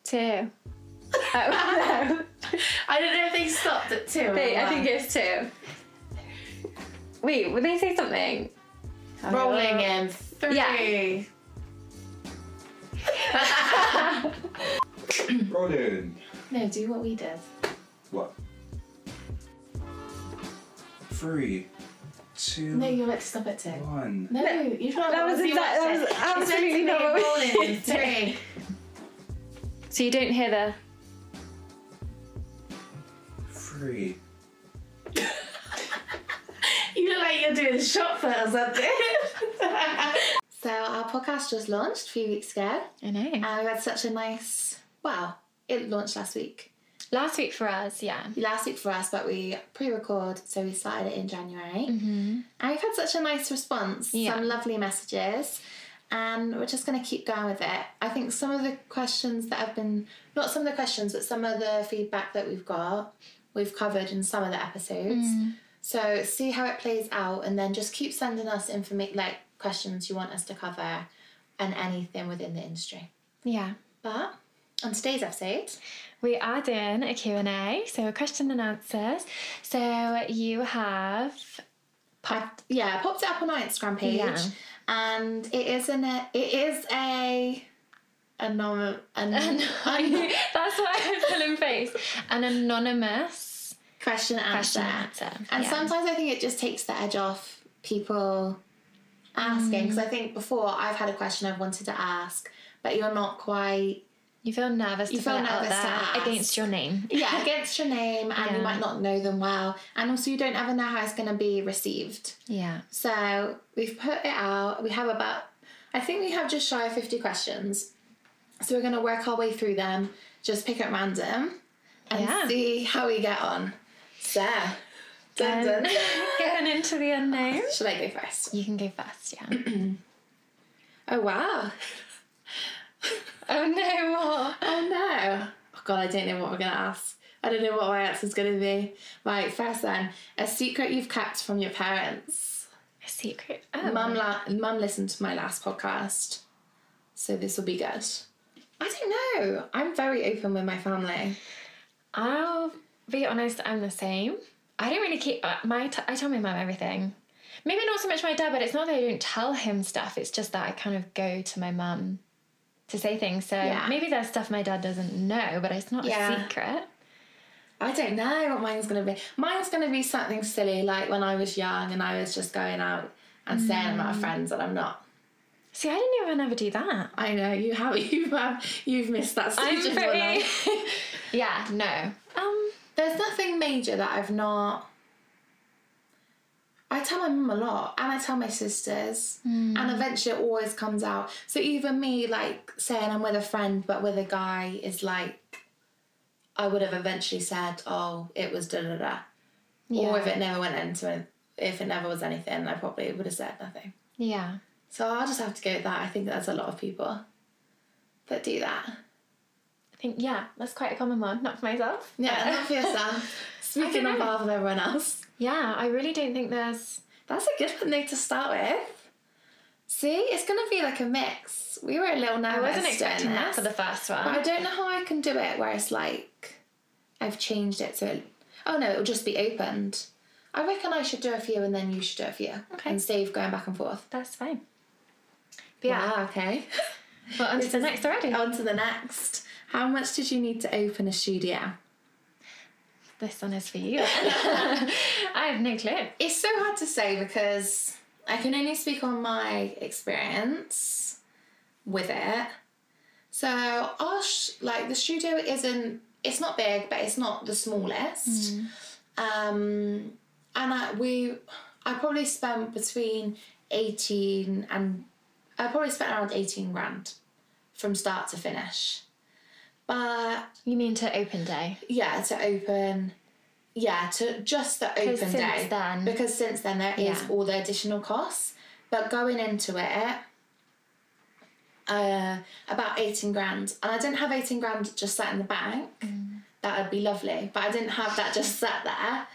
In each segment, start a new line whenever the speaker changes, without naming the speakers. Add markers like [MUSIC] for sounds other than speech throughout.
[LAUGHS] Two. Oh,
I don't know if they stopped at two.
no. [LAUGHS]
or
Wait, I think
one.
it's two. Wait, would they say [LAUGHS] something?
rolling in three.
Rolling.
no, do what we did.
What? Three, two,
No, you're meant to stop at two.
one.
No, you've not.
That was
you
exact-
watched
that
it.
was
It's meant to
absolutely
be
not what we
rolling [LAUGHS] in
did.
three.
So you don't hear the.
Three.
You look like you're doing a shot put or something. [LAUGHS] so our podcast just launched a few weeks ago,
I know.
and we had such a nice. Wow, it launched last week.
Last week for us, yeah.
Last week for us, but we pre-record, so we started it in January,
Mm-hmm.
and we've had such a nice response.
Yeah.
Some lovely messages. And we're just going to keep going with it. I think some of the questions that have been, not some of the questions, but some of the feedback that we've got, we've covered in some of the episodes.
Mm-hmm.
So see how it plays out, and then just keep sending us informa- like questions you want us to cover, and anything within the industry.
Yeah.
But on today's episode,
We are doing a Q&A, so a question and answers. So you have
I've, yeah, I popped it up on our Instagram page,
Yeah.
and it is an it is a anon
[LAUGHS]
an, an
That's why I'm pulling face. An anonymous
question answer,
question and answer.
and
yeah.
sometimes I think it just takes the edge off people asking
Mm.
because I think before I've had a question I've wanted to ask, but you're not quite
you feel nervous
You
to put
feel
it out
nervous to
there
ask.
against your name. [LAUGHS]
yeah, against your name, and
Yeah.
you might not know them well, and also you don't ever know how it's going to be received.
Yeah.
So we've put it out. We have about, I think we have just shy of fifty questions, so we're going to work our way through them. Just pick at random, and
Yeah.
see how we get on. So, dun, dun,
Um,
dun.
Going into the unknown.
should I go first?
You can go first, yeah.
Oh wow!
oh no more.
Oh no! Oh god, I don't know what we're going to ask. I don't know what my answer's going to be. Right, first then, a secret you've kept from your parents.
A secret. Oh.
Mum, la- mum listened to my last podcast, so this will be good. I don't know. I'm very open with my family.
I'll be honest, I'm the same. I don't really keep uh, my. T- I tell my mum everything. Maybe not so much my dad, but it's not that I don't tell him stuff. It's just that I kind of go to my mum to say things. So
Yeah.
maybe there's stuff my dad doesn't know, but it's not a
Yeah.
secret.
I don't know what mine's gonna be. Mine's gonna be something silly, like when I was young and I was just going out and saying I'm out of friends and I'm not.
See, I didn't even ever do that.
I know you have [LAUGHS] you've have, you've missed that stage
I'm
of your
pretty-
life.
Yeah, no. Um,
There's nothing major that I've not. I tell my mum a lot, and I tell my sisters, and eventually it always comes out. So even me, like saying I'm with a friend but with a guy, is like I would have eventually said, "Oh, it was da da da," or if
yeah,
it never went into it, if it never was anything, I probably would have said nothing.
yeah.
So I'll just have to go with that. I think there's a lot of people that do that.
I think yeah, that's quite a common one. Not for myself.
Yeah,
but-
not for yourself. Speaking
don't
on
know.
behalf of everyone else.
yeah, I really don't think there's.
That's a good one though to start with. See, it's gonna be like a mix. We were a little nervous.
I wasn't
doing
expecting that
this,
for the first
But I
one.
don't know how I can do it where it's like I've changed it so it, oh no, it'll just be opened. I reckon I should do a few and then you should do a few.
Okay.
And save going back and forth.
That's fine. But yeah,
Wow, okay.
Well, on to the um, next already.
[LAUGHS] On to the next. How much did you need to open a studio?
This one is for [LAUGHS] you. I have no clue.
It's so hard to say because I can only speak on my experience with it. So our sh- like the studio isn't it's not big, but it's not the smallest. Um, and I, we I probably spent between eighteen and I probably spent around eighteen grand from start to finish. But
You mean to open day?
yeah, to open. Yeah, to just the open
since
day.
then-
because since then there is
Yeah.
all the additional costs. But going into it, uh, about eighteen grand, and I didn't have eighteen grand just sat in the bank.
Mm.
That would be lovely, but I didn't have that just sat there.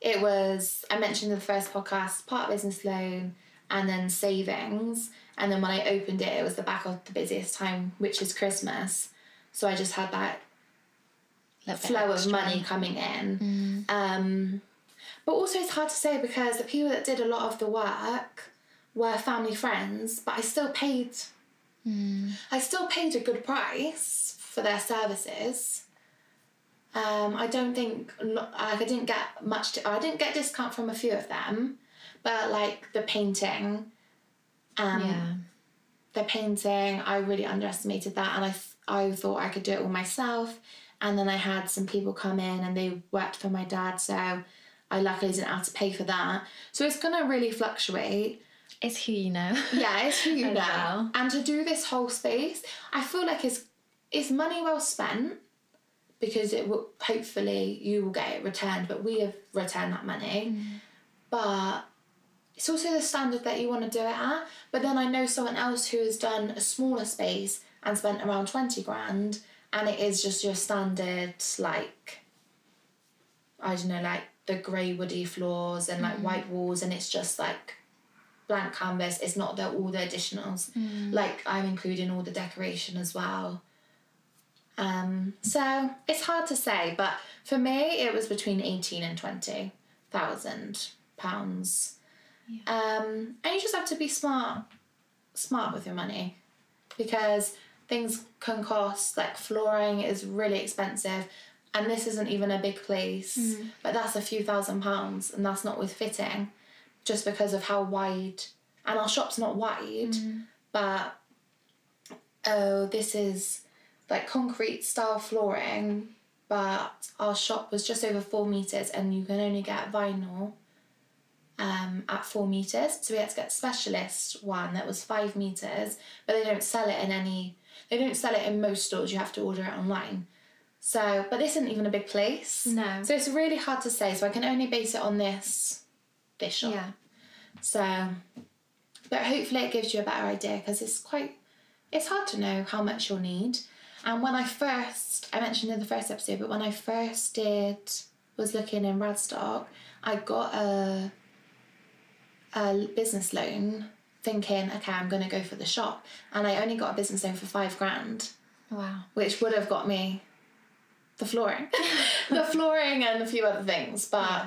It was I mentioned in the first podcast part business loan and then savings, and then when I opened it, it was the back of the busiest time, which is Christmas. So I just had that
Little bit
flow of
extra. Mm.
money coming in. Um, but also, it's hard to say because the people that did a lot of the work were family friends, but I still paid.
Mm.
I still paid a good price for their services. Um, I don't think lo- like I didn't get much. I I didn't get discount from a few of them, but like the painting, um,
Yeah.
the painting, I really underestimated that, and I th- I thought I could do it all myself. And then I had some people come in, and they worked for my dad, so I luckily didn't have to pay for that. So it's gonna really fluctuate.
It's who you know.
Yeah, it's who you
As
know.
well.
And to do this whole space, I feel like it's it's money well spent because it will hopefully you will get it returned, but we have returned that money.
Mm.
But it's also the standard that you want to do it at. But then I know someone else who has done a smaller space and spent around twenty grand, and it is just your standard like I don't know, like the grey woody floors and
Mm.
like white walls, and it's just like blank canvas. It's not the, all the additionals. Like I'm including all the decoration as well. Um, so it's hard to say, but for me, it was between eighteen and twenty thousand pounds. Um, and you just have to be smart, smart with your money, because things can cost. Like flooring is really expensive. And this isn't even a big place, but that's a few thousand pounds, and that's not with fitting just because of how wide and our shop's not wide but oh this is like concrete style flooring but our shop was just over four meters and you can only get vinyl um, at four meters so we had to get specialist one that was five meters but they don't sell it in any they don't sell it in most stores you have to order it online so but this isn't even a big place
No.
so it's really hard to say so i can only base it on this this shop
[LAUGHS] yeah.
so, but hopefully it gives you a better idea because it's quite, it's hard to know how much you'll need. And when I first, I mentioned in the first episode, but when I first did, was looking in Radstock, I got a, a business loan thinking, okay, I'm going to go for the shop. And I only got a business loan for five grand
Wow.
which would have got me the flooring, the flooring, and a few other things, but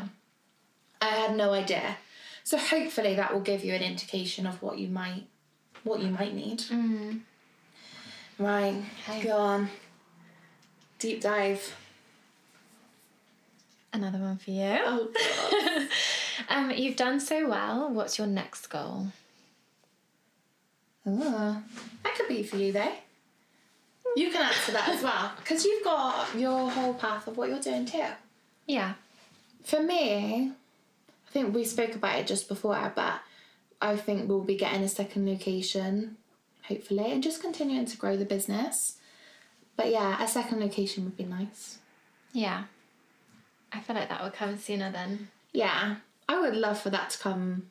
I had no idea. So hopefully that will give you an indication of what you might, what you might need. Right, go on. Deep dive.
Another one for you.
Oh,
[LAUGHS] Um, you've done so well. What's your next goal?
Ooh. that could be for you though. You can answer that as well, because you've got your whole path of what you're doing too.
Yeah.
For me, I think we spoke about it just before, but I think we'll be getting a second location, hopefully, and just continuing to grow the business. But yeah, a second location would be nice.
Yeah. I feel like that would come sooner than
Yeah, I would love for that to come.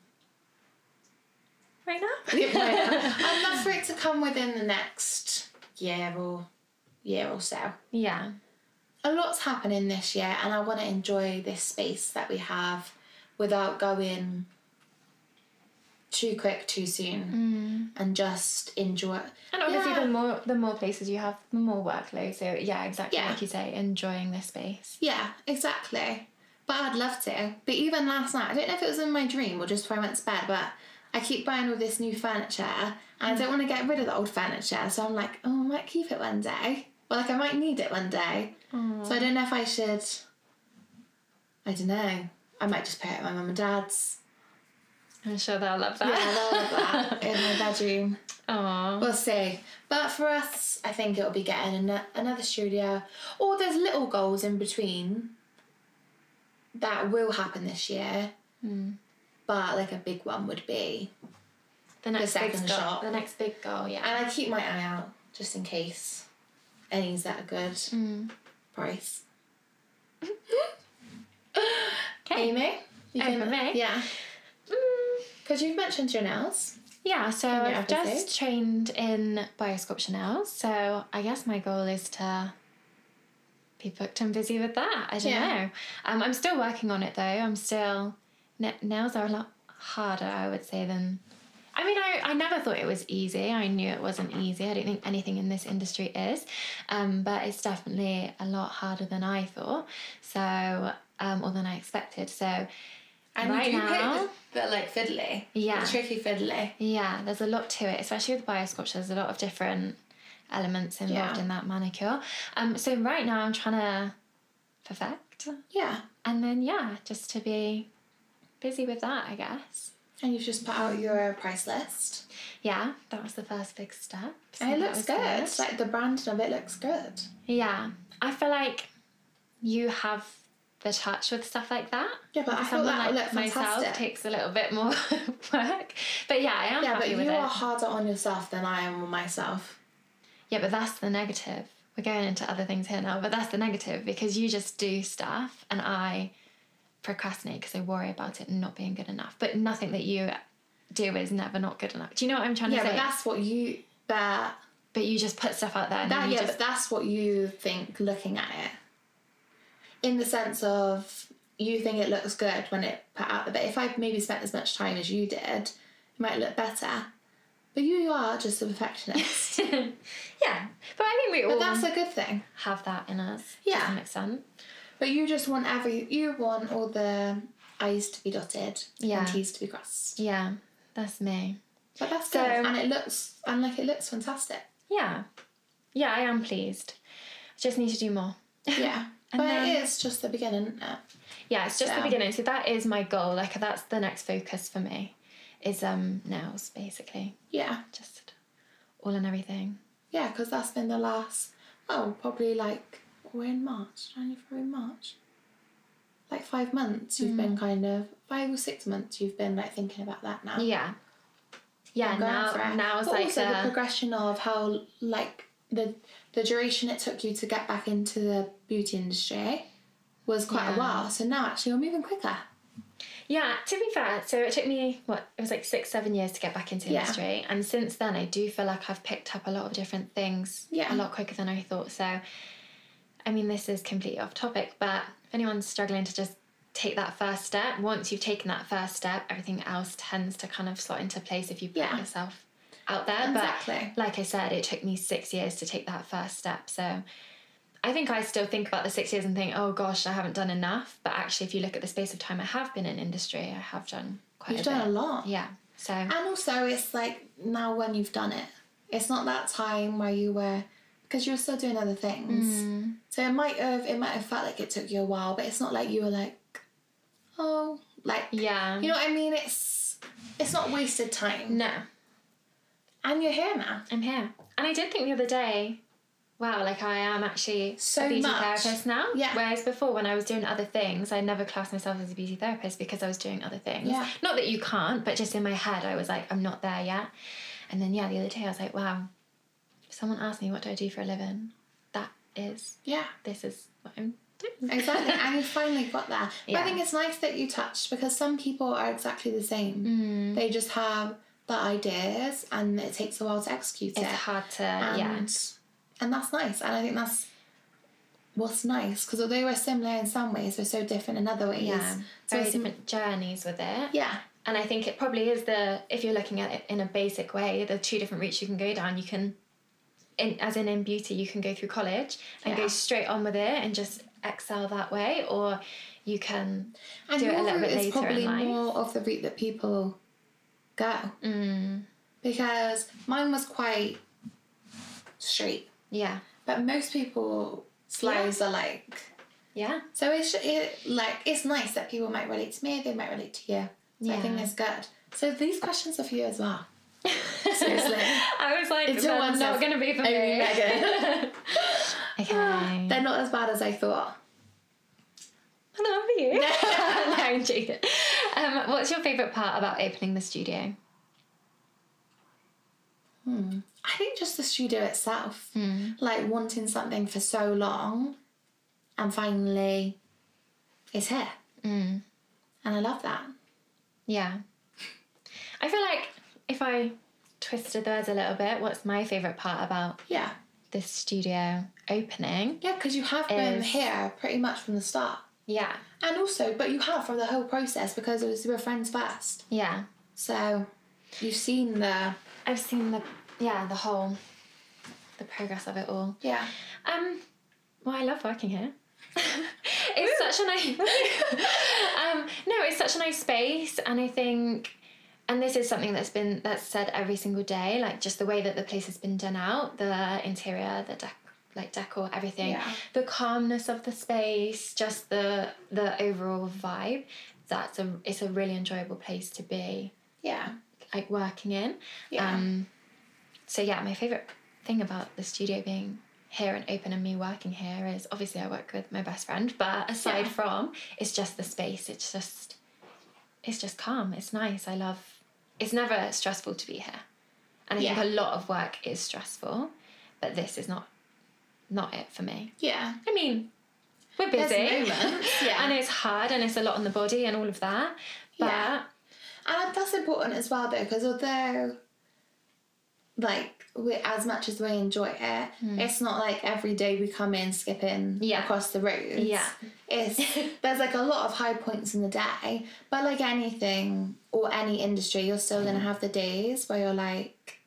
right now.
I'd love for it to come within the next year or year or so.
Yeah.
a lot's happening this year and I want to enjoy this space that we have without going too quick too soon and just enjoy
And obviously,
Yeah.
the more the more places you have, the more workload. So yeah, exactly
Yeah.
like you say, enjoying the space.
yeah exactly but I'd love to but even last night I don't know if it was in my dream or just before I went to bed but I keep buying all this new furniture and I don't want to get rid of the old furniture so I'm like oh I might keep it one day or like I might need it one day so I don't know if I should I don't know I might just put it at my mum and dad's
I'm sure they'll love
Yeah,
that.
I love that in my bedroom.
Aw.
We'll see. But for us, I think it'll be getting an- another studio. Or there's little goals in between that will happen this year.
Hmm.
But like a big one would be.
the next big
second
goal.
shop.
The next big goal. Yeah.
And I keep my eye out just in case any's at a good
Hmm.
price.
Okay.
Amy? You
Oh, for me?
Yeah.
Mm.
Because you've mentioned your nails.
Yeah, so
your
I've
episode.
just trained in biosculpture now, so I guess my goal is to be booked and busy with that. I don't
Yeah.
know. Um, I'm still working on it though. I'm still na- nails are a lot harder, I would say, than I mean, I, I never thought it was easy. I knew it wasn't easy. I don't think anything in this industry is, um, but it's definitely a lot harder than I thought. So, um, or than I expected. So,
And
Right
you do
now-
pick the, the like fiddly.
Yeah.
The tricky fiddly.
yeah, there's a lot to it, especially with biosculpture. There's a lot of different elements involved
Yeah.
in that manicure. Um, so right now I'm trying to perfect,
Yeah.
and then yeah, just to be busy with that, I guess.
And you've just put out your price list.
Yeah, that was the first big step. so
And it
that
looks
was
good. Like the branding of it looks good.
Yeah, I feel like you have the touch with stuff like that.
Yeah, but I thought
Someone
that
like
would look
myself
fantastic.
takes a little bit more [LAUGHS] work, but yeah, I am
yeah,
happy
but you
with it.
are harder on yourself than I am on myself.
Yeah, but that's the negative. We're going into other things here now, but that's the negative because you just do stuff and I procrastinate because I worry about it not being good enough. But nothing that you do is never not good enough. Do you know what I'm trying
Yeah,
to
but
say?
that's what you that
but you just put stuff out there and then
that
you
yeah,
just
but that's what you think looking at it. In the sense of you think it looks good when it put out there, but if I maybe spent as much time as you did, it might look better. But you are just
[LAUGHS]
a perfectionist.
yeah. But I think we all
but that's a good thing.
have that in us.
Yeah.
To some extent.
But you just want every you want all the I's to be dotted
Yeah.
and T's to be crossed.
Yeah, that's me.
But that's
So-
good. And it looks and like it looks
[LAUGHS]
fantastic.
Yeah. Yeah, I am pleased. I just need to do more.
Yeah.
And
but
then-
it is just the beginning, isn't it?
Yeah, it's just the
So-
beginning. So that is my goal. Like that's the next focus for me is um nails basically.
Yeah.
Just all and everything.
Yeah, because that's been the last oh, probably like we're in March, January, February, March. Like five months you've
Mm.
been kind of five or six months you've been like thinking about that now.
Yeah. Yeah,
I'm going for
now
it.
now is
but
like
also the
the,
progression of how like the the duration it took you to get back into the beauty industry was quite
Yeah.
a while. So now actually you're moving quicker.
Yeah, to be fair, so it took me what, it was like six, seven years to get back into the
Yeah.
industry. And since then I do feel like I've picked up a lot of different things
Yeah.
a lot quicker than I thought. So I mean this is completely off topic, but if anyone's struggling to just take that first step, once you've taken that first step, everything else tends to kind of slot into place if you put
Yeah.
yourself out there.
Exactly.
But like I said, it took me six years to take that first step. So I think I still think about the six years and think, oh gosh, I haven't done enough. But actually, if you look at the space of time I have been in industry, I have done quite
You've
a
done a
bit.
lot.
Yeah. So
And also it's like now when you've done it. It's not that time where you were because you were still doing other things.
Mm.
So it might have it might have felt like it took you a while, but it's not like you were like oh like
yeah.
you know what I mean? It's it's not wasted time.
no,
And you're here now.
I'm here. And I did think the other day, wow, like I am actually
So
a beauty
much.
therapist now.
Yeah.
Whereas before, when I was doing other things, I never classed myself as a beauty therapist because I was doing other things.
Yeah.
Not that you can't, but just in my head, I was like, I'm not there yet. And then, yeah, the other day, I was like, wow, if someone asked me, what do I do for a living? That is,
Yeah.
this is what I'm [LAUGHS] doing.
Exactly, and you finally got
[LAUGHS]
there. But
Yeah.
I think it's nice that you touched because some people are exactly the same.
Mm.
They just have the ideas and it takes a while to execute
it's
it.
hard to,
And,
yeah. Um,
and that's nice. And I think that's what's nice because although we're similar in some ways, we're so different in other ways.
Yeah,
So
very
it's-
different journeys with it.
Yeah,
And I think it probably is the if you're looking at it in a basic way, the two different routes you can go down. You can, in as in in beauty, you can go through college and
Yeah.
go straight on with it and just excel that way, or you can
and
do it
your
a little
route
bit
is
later
probably
in life.
more of the route that people go
Mm,
because mine was quite straight,
yeah,
but most people's lives are like.
yeah,
So it's it, like it's nice that people might relate to me, they might relate to you. So I think
Yeah.
that's good. So these questions are for you
[LAUGHS]
as well. Seriously.
[LAUGHS] I was like,
It's
"That's
the ones
not
that's
going to be for
only
me.
Megan.
[LAUGHS] okay,
[SIGHS] They're not as bad as I thought.
Ah, I love you. [LAUGHS] no, I'm joking. Um, what's your favorite part about opening the studio?
I think just the studio itself, like wanting something for so long, and finally, it's here,
Mm.
and I love that.
Yeah. I feel like if I twisted the words a little bit, what's my favourite part about
Yeah,
this studio opening?
yeah, because you have been
Is-
here pretty much from the start,
Yeah.
and also, but you have from the whole process because it was we were friends first.
Yeah.
So You've seen the
I've seen the yeah the whole, the progress of it all.
yeah.
Um, well, I love working here. [LAUGHS] it's such a nice. [LAUGHS] um, no, it's such a nice space, and I think, and this is something that's been that's said every single day, like just the way that the place has been done out, the interior, the dec- like decor, everything,
Yeah.
the calmness of the space, just the the overall vibe. That's a it's a really enjoyable place to be,
Yeah.
like working in.
Yeah.
Um, so yeah, my favorite thing about the studio being here and open and me working here is obviously I work with my best friend, but aside
Yeah.
from, it's just the space. It's just, it's just calm. It's nice. I love. It's never stressful to be here, and I
Yeah.
think a lot of work is stressful, but this is not, not it for me.
yeah.
I mean, we're
There's
busy, [LAUGHS]
moments, yeah.
and it's hard, and it's a lot on the body and all of that, but
Yeah. And that's important as well, though, because although, like, we, as much as we enjoy it, it's not like every day we come in skipping
Hmm. Yeah.
across the roads.
Yeah. [LAUGHS]
It's, there's like a lot of high points in the day, but like anything or any industry, you're still going to
Hmm.
have the days where you're like,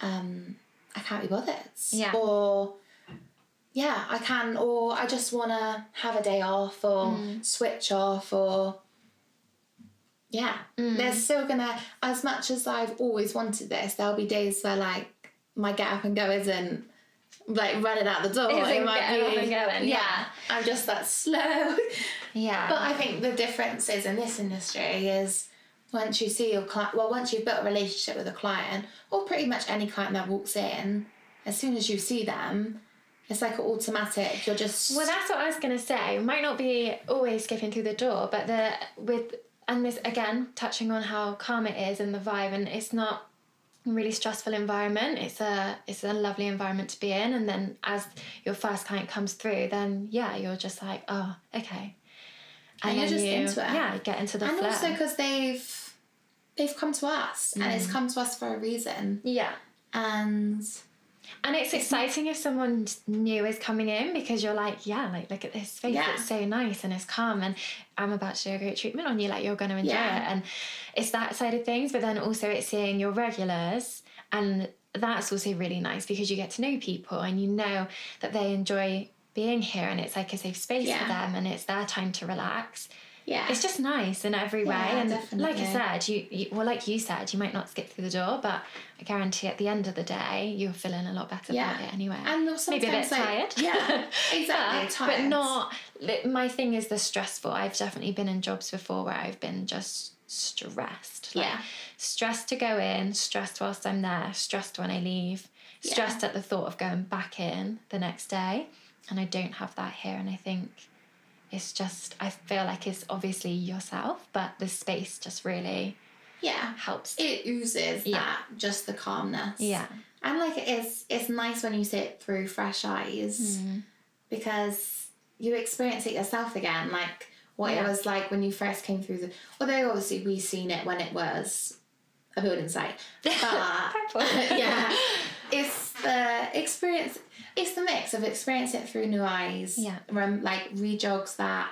um, I can't be bothered.
Yeah.
Or, yeah, I can, or I just want to have a day off or
Hmm.
switch off or yeah, they're still gonna. As much as I've always wanted this, there'll be days where like my get up and go isn't like running out the door.
Isn't
it might
getting
be
up and
[LAUGHS]
going, yeah.
I'm just that slow. [LAUGHS]
yeah.
but I think the difference is in this industry is once you see your client, well, once you've built a relationship with a client, or pretty much any client that walks in, as soon as you see them, it's like automatic. You're just
Well, that's what I was gonna say. Might not be always skipping through the door, but the with and this again touching on how calm it is and the vibe, and it's not a really stressful environment. It's a it's a lovely environment to be in, and then as your first client comes through, then yeah, you're just like oh okay,
And you're
then
just into it.
Yeah, you get into the
and
flow.
also because they've they've come to us and it's come to us for a reason.
yeah.
and
And it's exciting if someone new is coming in because you're like, yeah, like look at this space.
Yeah.
It's so nice and it's calm. And I'm about to do a great treatment on you. Like you're going to enjoy
Yeah.
it. And it's that side of things. But then also it's seeing your regulars and that's also really nice because you get to know people and you know that they enjoy being here and it's like a safe space for
Yeah.
them and it's their time to relax.
yeah
It's just nice in every way.
Yeah,
And like
definitely.
I said, you, you well, like you said, you might not skip through the door, but I guarantee at the end of the day, you're feeling a lot better
Yeah.
about it anyway.
and also
Maybe a bit
sometimes,
tired.
like,
[LAUGHS]
yeah exactly
but,
tired.
but not. li- My thing is the stressful. I've definitely been in jobs before where I've been just stressed. Like,
Yeah.
Stressed to go in, stressed whilst I'm there, stressed when I leave, stressed at the thought of going back in the next day. And I don't have that here. And I think it's just, I feel like it's obviously yourself, but the space just really
yeah
helps.
it oozes
Yeah.
that just the calmness
Yeah.
and like it's it's nice when you see it through fresh
Hmm.
eyes because you experience it yourself again like what
Yeah.
it was like when you first came through the although obviously we seen it when it was a
[LAUGHS]
building site but
Purple. [LAUGHS]
yeah [LAUGHS] it's the experience it's the mix of experience it through new eyes
Yeah.
rem, like rejogs that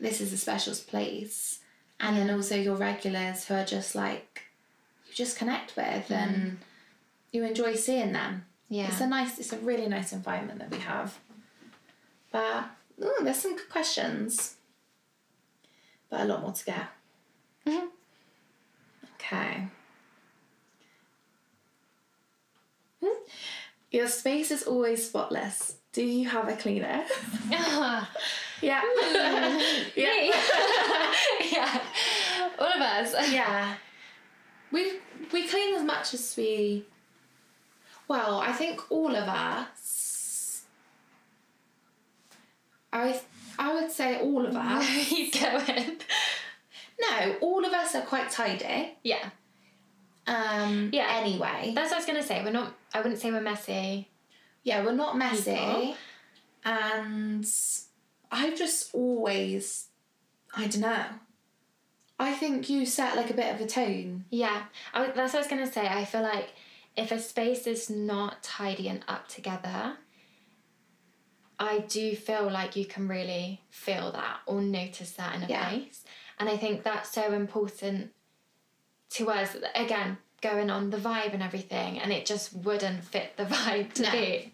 this is a special place and then also your regulars who are just like you just connect with and you enjoy seeing them
Yeah. [LAUGHS]
it's a nice it's a really nice environment that we have but ooh, there's some good questions but a lot more to go
Mhm.
okay Hmm? Your space is always spotless. Do you have a cleaner? [LAUGHS] yeah.
Me?
[LAUGHS] yeah.
[LAUGHS] yeah. All of us.
Yeah. We we clean as much as we Well, I think all of us I I would say all of
[LAUGHS]
us.
He's going.
No, all of us are quite tidy.
Yeah.
Um
Yeah.
anyway.
That's what I was gonna say. We're not. I wouldn't say we're messy.
Yeah, we're not messy.
People.
And I've just always, I don't know. I think you set like a bit of a tone.
Yeah. I, was- that's what I was gonna say. I feel like if a space is not tidy and up together, I do feel like you can really feel that or notice that in a
Yeah.
place, and I think that's so important. to us again going on the vibe and everything, and it just wouldn't fit the [LAUGHS] vibe to
No.
be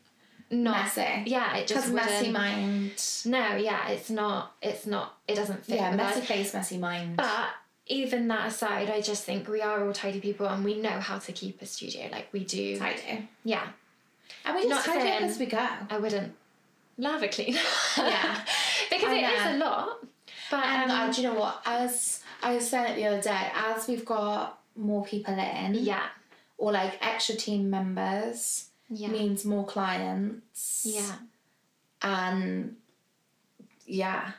not
Messy.
Yeah, it just
Because
wouldn't.
messy mind.
No, yeah, it's not. It's not. It doesn't fit.
Yeah,
the
messy
vibe.
face, messy mind.
But even that aside, I just think we are all tidy people, and we know how to keep a studio. Like we do.
tidy.
Yeah,
And we
Not
just tidy up
thin.
as we go.
I wouldn't love a cleaner.
Yeah.
[LAUGHS] because
I
it is a
know.
lot. But
And
um,
uh, do you know what? As I was saying it the other day, as we've got more people in,
yeah,
or like extra team members,
yeah,
means more clients.
yeah.
And yeah.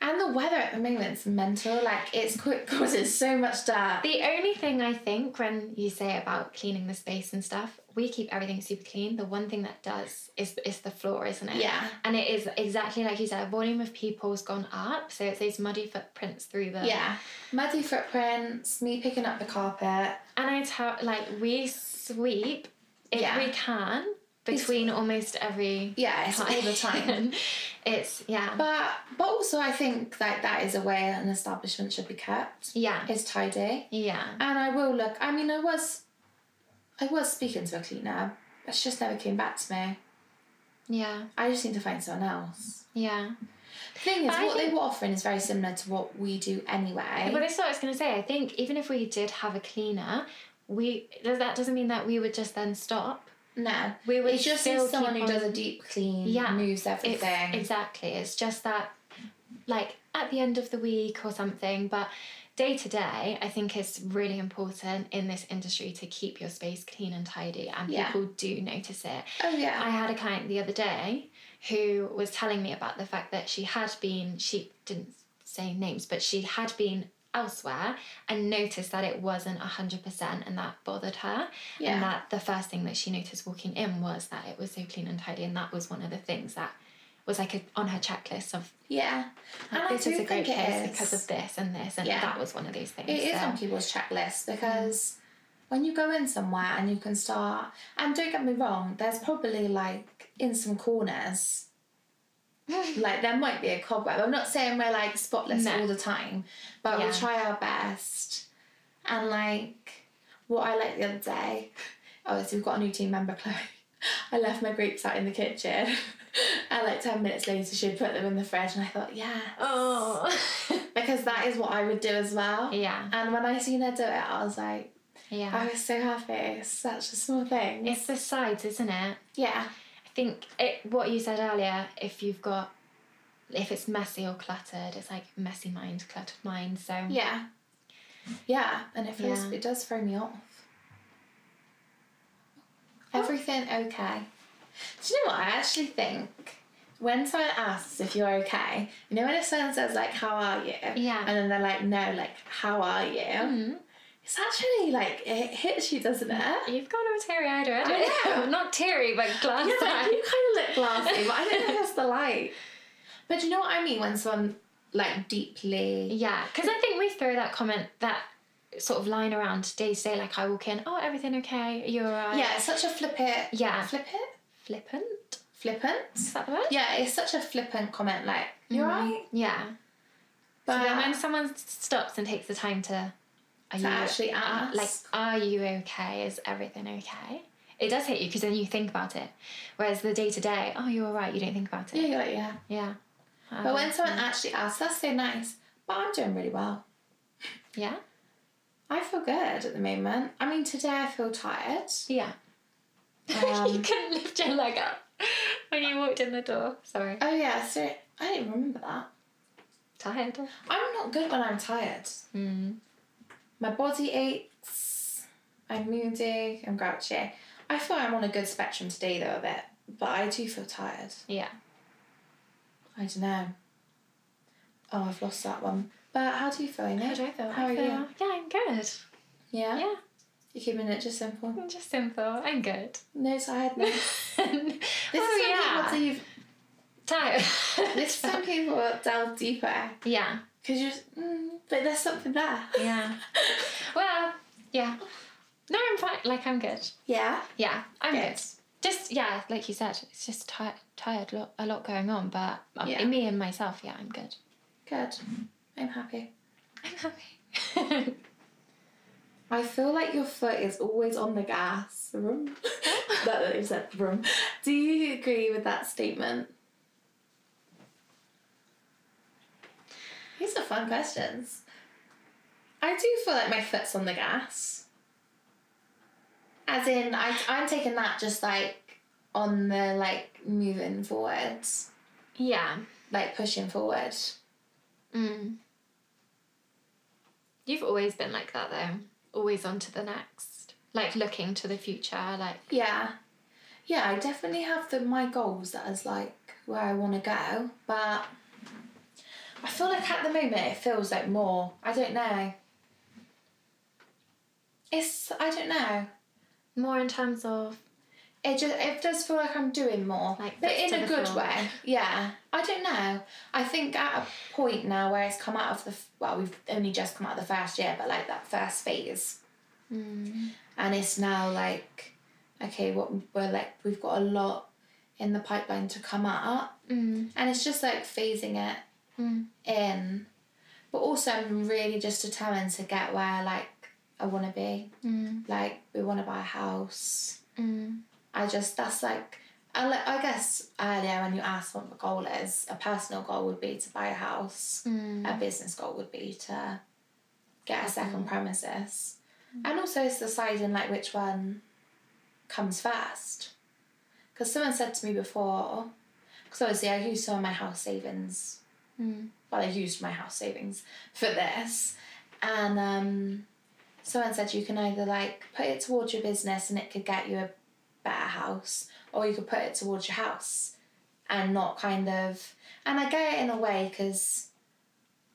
And the weather at the moment's mental. Like it's [LAUGHS] ca- causing so much dirt.
The only thing I think when you say about cleaning the space and stuff, we keep everything super clean. The one thing that does is is the floor, isn't it?
Yeah.
And it is exactly like you said. Volume of people's gone up, so it's those muddy footprints through the
Yeah. Muddy footprints, me picking up the carpet.
And I tell like we sweep if
Yeah.
we can between almost every
Yeah, [LAUGHS] it's all
[LAUGHS]
the time.
it's yeah
But but also I think like that is a way an establishment should be kept.
yeah
It's tidy.
yeah
And I will look I mean I was I was speaking to a cleaner, but she just never came back to me.
yeah
I just need to find someone else.
yeah.
The thing is
But I
what
think-
they were offering is very similar to what we do anyway.
But that's what I was going to say. I think even if we did have a cleaner, we does that doesn't mean that we would just then stop.
no.
We would
It's just
still
need someone
keep
who
on-
does a deep clean,
Yeah.
moves
It's,
everything.
exactly. It's just that, like at the end of the week or something. But day to day, I think it's really important in this industry to keep your space clean and tidy, and
Yeah.
people do notice it.
oh yeah.
I had a client the other day who was telling me about the fact that she had been, she didn't say names, but she had been elsewhere and noticed that it wasn't 100% and that bothered her.
Yeah.
And that the first thing that she noticed walking in was that it was so clean and tidy. And that was one of the things that was like a, on her checklist of
yeah. And I
this
do
is a great
think it
place
is.
because of this and this. And
Yeah.
that was one of those things.
It is
so-
on people's checklists
Mm.
because when you go in somewhere and you can start, and don't get me wrong, there's probably like in some
[LAUGHS]
corners, like there might be a cobweb. I'm not saying we're like spotless
No.
all the time, but we
Yeah.
try our best. And like what I liked the other day, oh, so we've got a new team member, [LAUGHS] Chloe. I left my grapes out in the kitchen, [LAUGHS] and like 10 minutes later, she had put them in the fridge, and I thought, yeah, [LAUGHS]
Oh.
because that is what I would do as well.
yeah.
And when I seen her do it, I was like,
Yeah.
I was so happy. It's such a small thing.
it's the sides, isn't it?
yeah,
I think it, what you said earlier, if you've got, if it's messy or cluttered, it's like messy mind, cluttered mind. So
yeah, yeah. And it throws,
Yeah.
it does throw me off.
Oh.
Everything okay? Do you know what I actually think? When someone asks if you're okay, you know when if someone says like, "How are you?"
Yeah.
and then they're like, "No, like, how are you?"
Mhm.
It's actually like it hits you, doesn't it?
you've got all teary eyed already.
I know.
[LAUGHS] Not teary, but glass
[LAUGHS] Yeah, like,
eyed.
you kind of look glassy, but I don't think that's the light. [LAUGHS] But do you know what I mean when someone like deeply?
Yeah, because I think we throw that comment, that sort of line around day to day, like I walk in, oh, everything okay, you're uh, alright.
Yeah, it's such a flippant.
Yeah.
Flippant?
Flippant? Is
Flippant? Mm-hmm.
that the word? Mm-hmm.
Yeah, it's such a flippant comment. Like you're right,
Yeah.
but
so then when someone stops and takes the time to, are
Uh, to actually
Uh,
ask,
like, are you okay? Is everything okay? It does hit you because then you think about it. Whereas the day to day, oh, you're all right, you don't think about
yeah,
it.
you're like yeah.
Yeah. Um,
But when someone actually asks, that's so nice. But I'm doing really well.
Yeah.
I feel good at the moment. I mean, today I feel tired.
Yeah. [LAUGHS] you
Um,
couldn't lift your leg up [LAUGHS] when you walked in the door. Sorry.
oh yeah, so I didn't remember that.
Tired.
I'm not good when I'm tired.
Mm.
My body aches. I'm moody. I'm grouchy. I feel I'm on a good spectrum today, though, a bit. But I do feel tired.
Yeah.
I don't know. Oh, I've lost that one. But how do you feel, Amy?
How do I feel?
How
I
are
feel-
you?
Yeah, I'm good.
Yeah?
Yeah.
You're keeping it just simple.
I'm just simple. I'm [LAUGHS] good.
No
[LAUGHS]
tiredness. This is some
oh,
people
yeah.
do.
Tired.
[LAUGHS] This is some people delve deeper
[LAUGHS] yeah.
because you're. Mm, but there's something there. [LAUGHS]
Yeah. Well, yeah. No, I'm fine. Like, I'm good.
yeah.
Yeah, I'm good.
Good.
Just yeah, like you said, it's just tired, tired, lot, a lot going on. But um,
Yeah.
me and myself, yeah, I'm good.
Good. I'm happy.
I'm happy. [LAUGHS]
I feel like your foot is always on the gas. Vroom. [LAUGHS] that is said vroom. Do you agree with that statement? These are fun questions. I do feel like my foot's on the gas. As in, I, I'm taking that just like on the like moving forwards,
Yeah.
like pushing forward.
Mm. You've always been like that though. Always on to the next. Like looking to the future, like
Yeah. Yeah, I definitely have the my goals that is like where I want to go, but I feel like at the moment it feels like more. I don't know. It's I don't know.
more in terms of
It just it does feel like I'm doing more,
Like
but
fits
in
to
a
the
good
floor.
way. Yeah, I don't know. I think at a point now where it's come out of the f- well, we've only just come out of the first year, but like that first phase
mm,
and it's now like okay what we're like we've got a lot in the pipeline to come up
mm,
and it's just like phasing it
mm,
in but also i'm really just determined to get where like i want to be
mm,
like we want to buy a house
mm.
i just that's like I, li- I guess earlier when you asked what my goal is a personal goal would be to buy a house
Mm. Mm.
a business goal would be to get a second premises and also it's deciding like which one comes first because someone said to me before because obviously i used some of my house savings
Mm.
well i used my house savings for this and um, someone said you can either like put it towards your business and it could get you a better house or you could put it towards your house and not kind of and i get it in a way because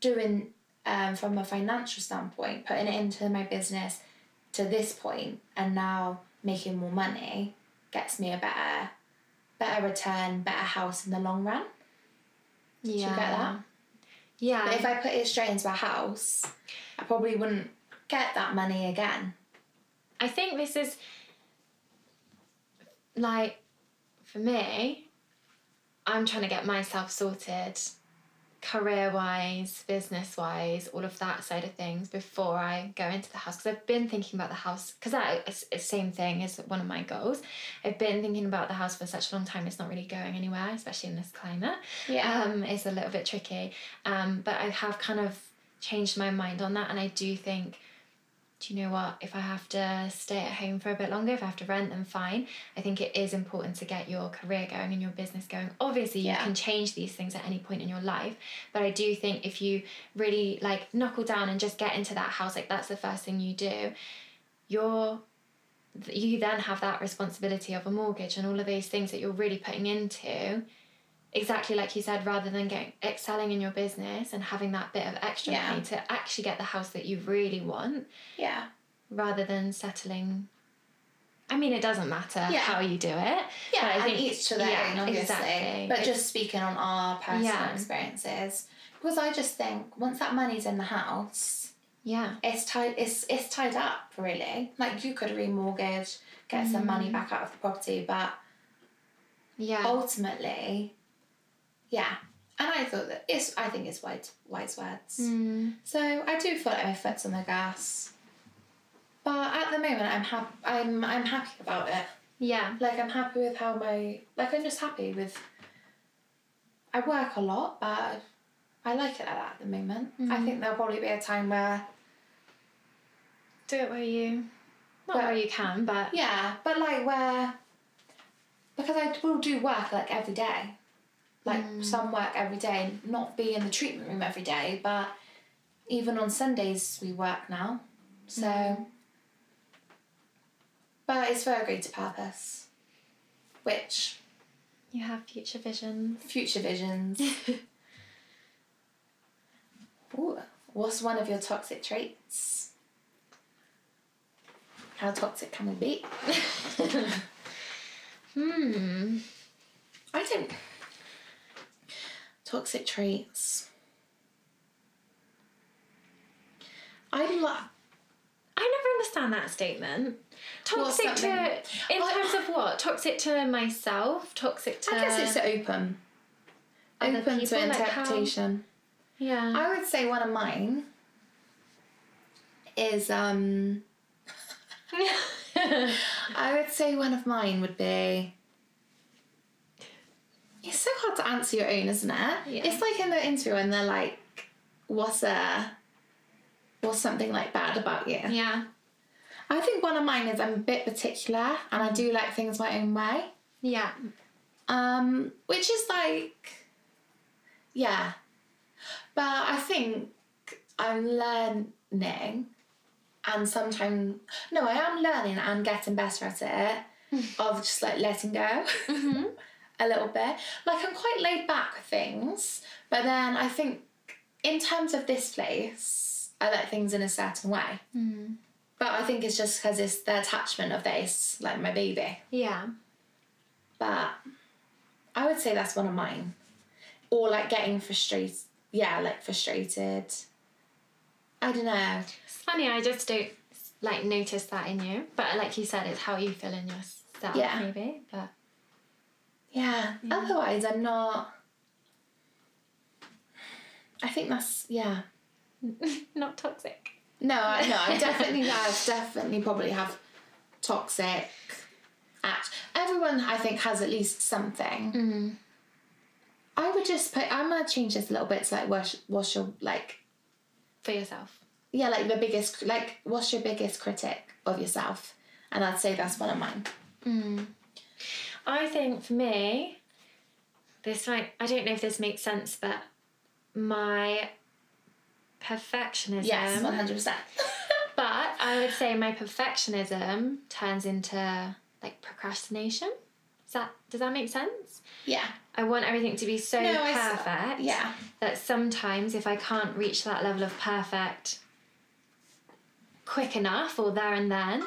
doing um, from a financial standpoint, putting it into my business to this point and now making more money gets me a better better return, better house in the long run.
Yeah.
Do you get that?
Yeah.
But if I put it straight into a house, I probably wouldn't get that money again.
I think this is like for me, I'm trying to get myself sorted career wise, business wise, all of that side of things before I go into the house. Because I've been thinking about the house, because that is is same thing is one of my goals. I've been thinking about the house for such a long time, it's not really going anywhere, especially in this climate um, is a little bit tricky. Um, but I have kind of changed my mind on that, and I do think, do you know what? If I have to stay at home for a bit longer, if I have to rent, then fine. I think it is important to get your career going and your business going. Obviously,
Yeah.
you can change these things at any point in your life, but I do think if you really like knuckle down and just get into that house, like that's the first thing you do, you're th- you then have that responsibility of a mortgage and all of those things that you're really putting into exactly like you said rather than getting excelling in your business and having that bit of extra
Yeah.
money to actually get the house that you really want
yeah.
rather than settling i mean it doesn't matter
Yeah.
how you do it
Yeah,
But I
and
think-
each to their
yeah,
own, obviously.
exactly.
But
It's-
just speaking on our personal
Yeah.
experiences, because I just think once that money's in the house,
yeah
it's tied it's it's tied up really like you could remortgage get some money
Mm.
back out of the property but
yeah
ultimately yeah and i thought that it's i think it's wise wise words
Mm,
so i do feel like my foot's on the gas but at the moment i'm happy i'm i'm happy about it
yeah
like i'm happy with how my like i'm just happy with i work a lot but i like it like that at the moment i think there'll probably be a time where
do it where you not
But-
where you can but
Yeah, but like where, because I will do work like every day, like some work every day, not be in the treatment room every day, but even on Sundays we work now, so. But it's for a greater purpose, which
you have future visions [LAUGHS]
future visions. Ooh, what's one of your toxic traits? How toxic can
[LAUGHS]
we be?
hmm
I don't. Toxic traits. I love.
I never understand that statement.
What's
Toxic
that
to, in
I-
terms of what? Toxic to myself. Toxic to.
I guess it's open.
Uh, Other
Open
people,
to
like how- Mm.
interpretation.
yeah.
I would say one of mine is um I would say one of mine would be. It's so hard to answer your own, isn't it?
Yeah.
It's like in the interview and they're like, "What's a, what's something like bad about you?"
[LAUGHS] yeah.
I think one of mine is I'm a bit particular and I do like things my own way,
Yeah.
um, which is like, yeah. But I think I'm learning, and sometimes no, I am learning and getting better at it, of just like letting go.
Mm-hmm.
[LAUGHS] a little bit. Like I'm quite laid back with things, but then I think in terms of this place, I like things in a certain way. Hmm.
Mm.
But I think it's just because it's the attachment of this, like my baby.
Yeah.
But I would say that's one of mine. Or like getting frustrated. Yeah, like frustrated. I don't know.
It's funny. I just don't like notice that in you, but like you said, it's how you feel in yourself,
Yeah.
maybe. But
Yeah. Otherwise, I'm not. I think that's yeah.
not toxic.
No, I, no, I definitely have, definitely probably have toxic act. Everyone, I think, has at least something.
Mm.
I would just put, I'm gonna change this a little bit to like, wash, wash your, like,
For yourself.
yeah, like the biggest, like, what's your biggest critic of yourself? And I'd say that's one of mine.
Mm. I think for me, this might, I don't know if this makes sense, but my perfectionism.
Yes, 100%.
But I would say my perfectionism turns into like procrastination. Does that, does that make sense?
[LAUGHS] yeah.
I want everything to be so
No, I s-
perfect
Yeah.
that sometimes if I can't reach that level of perfect quick enough or there and then,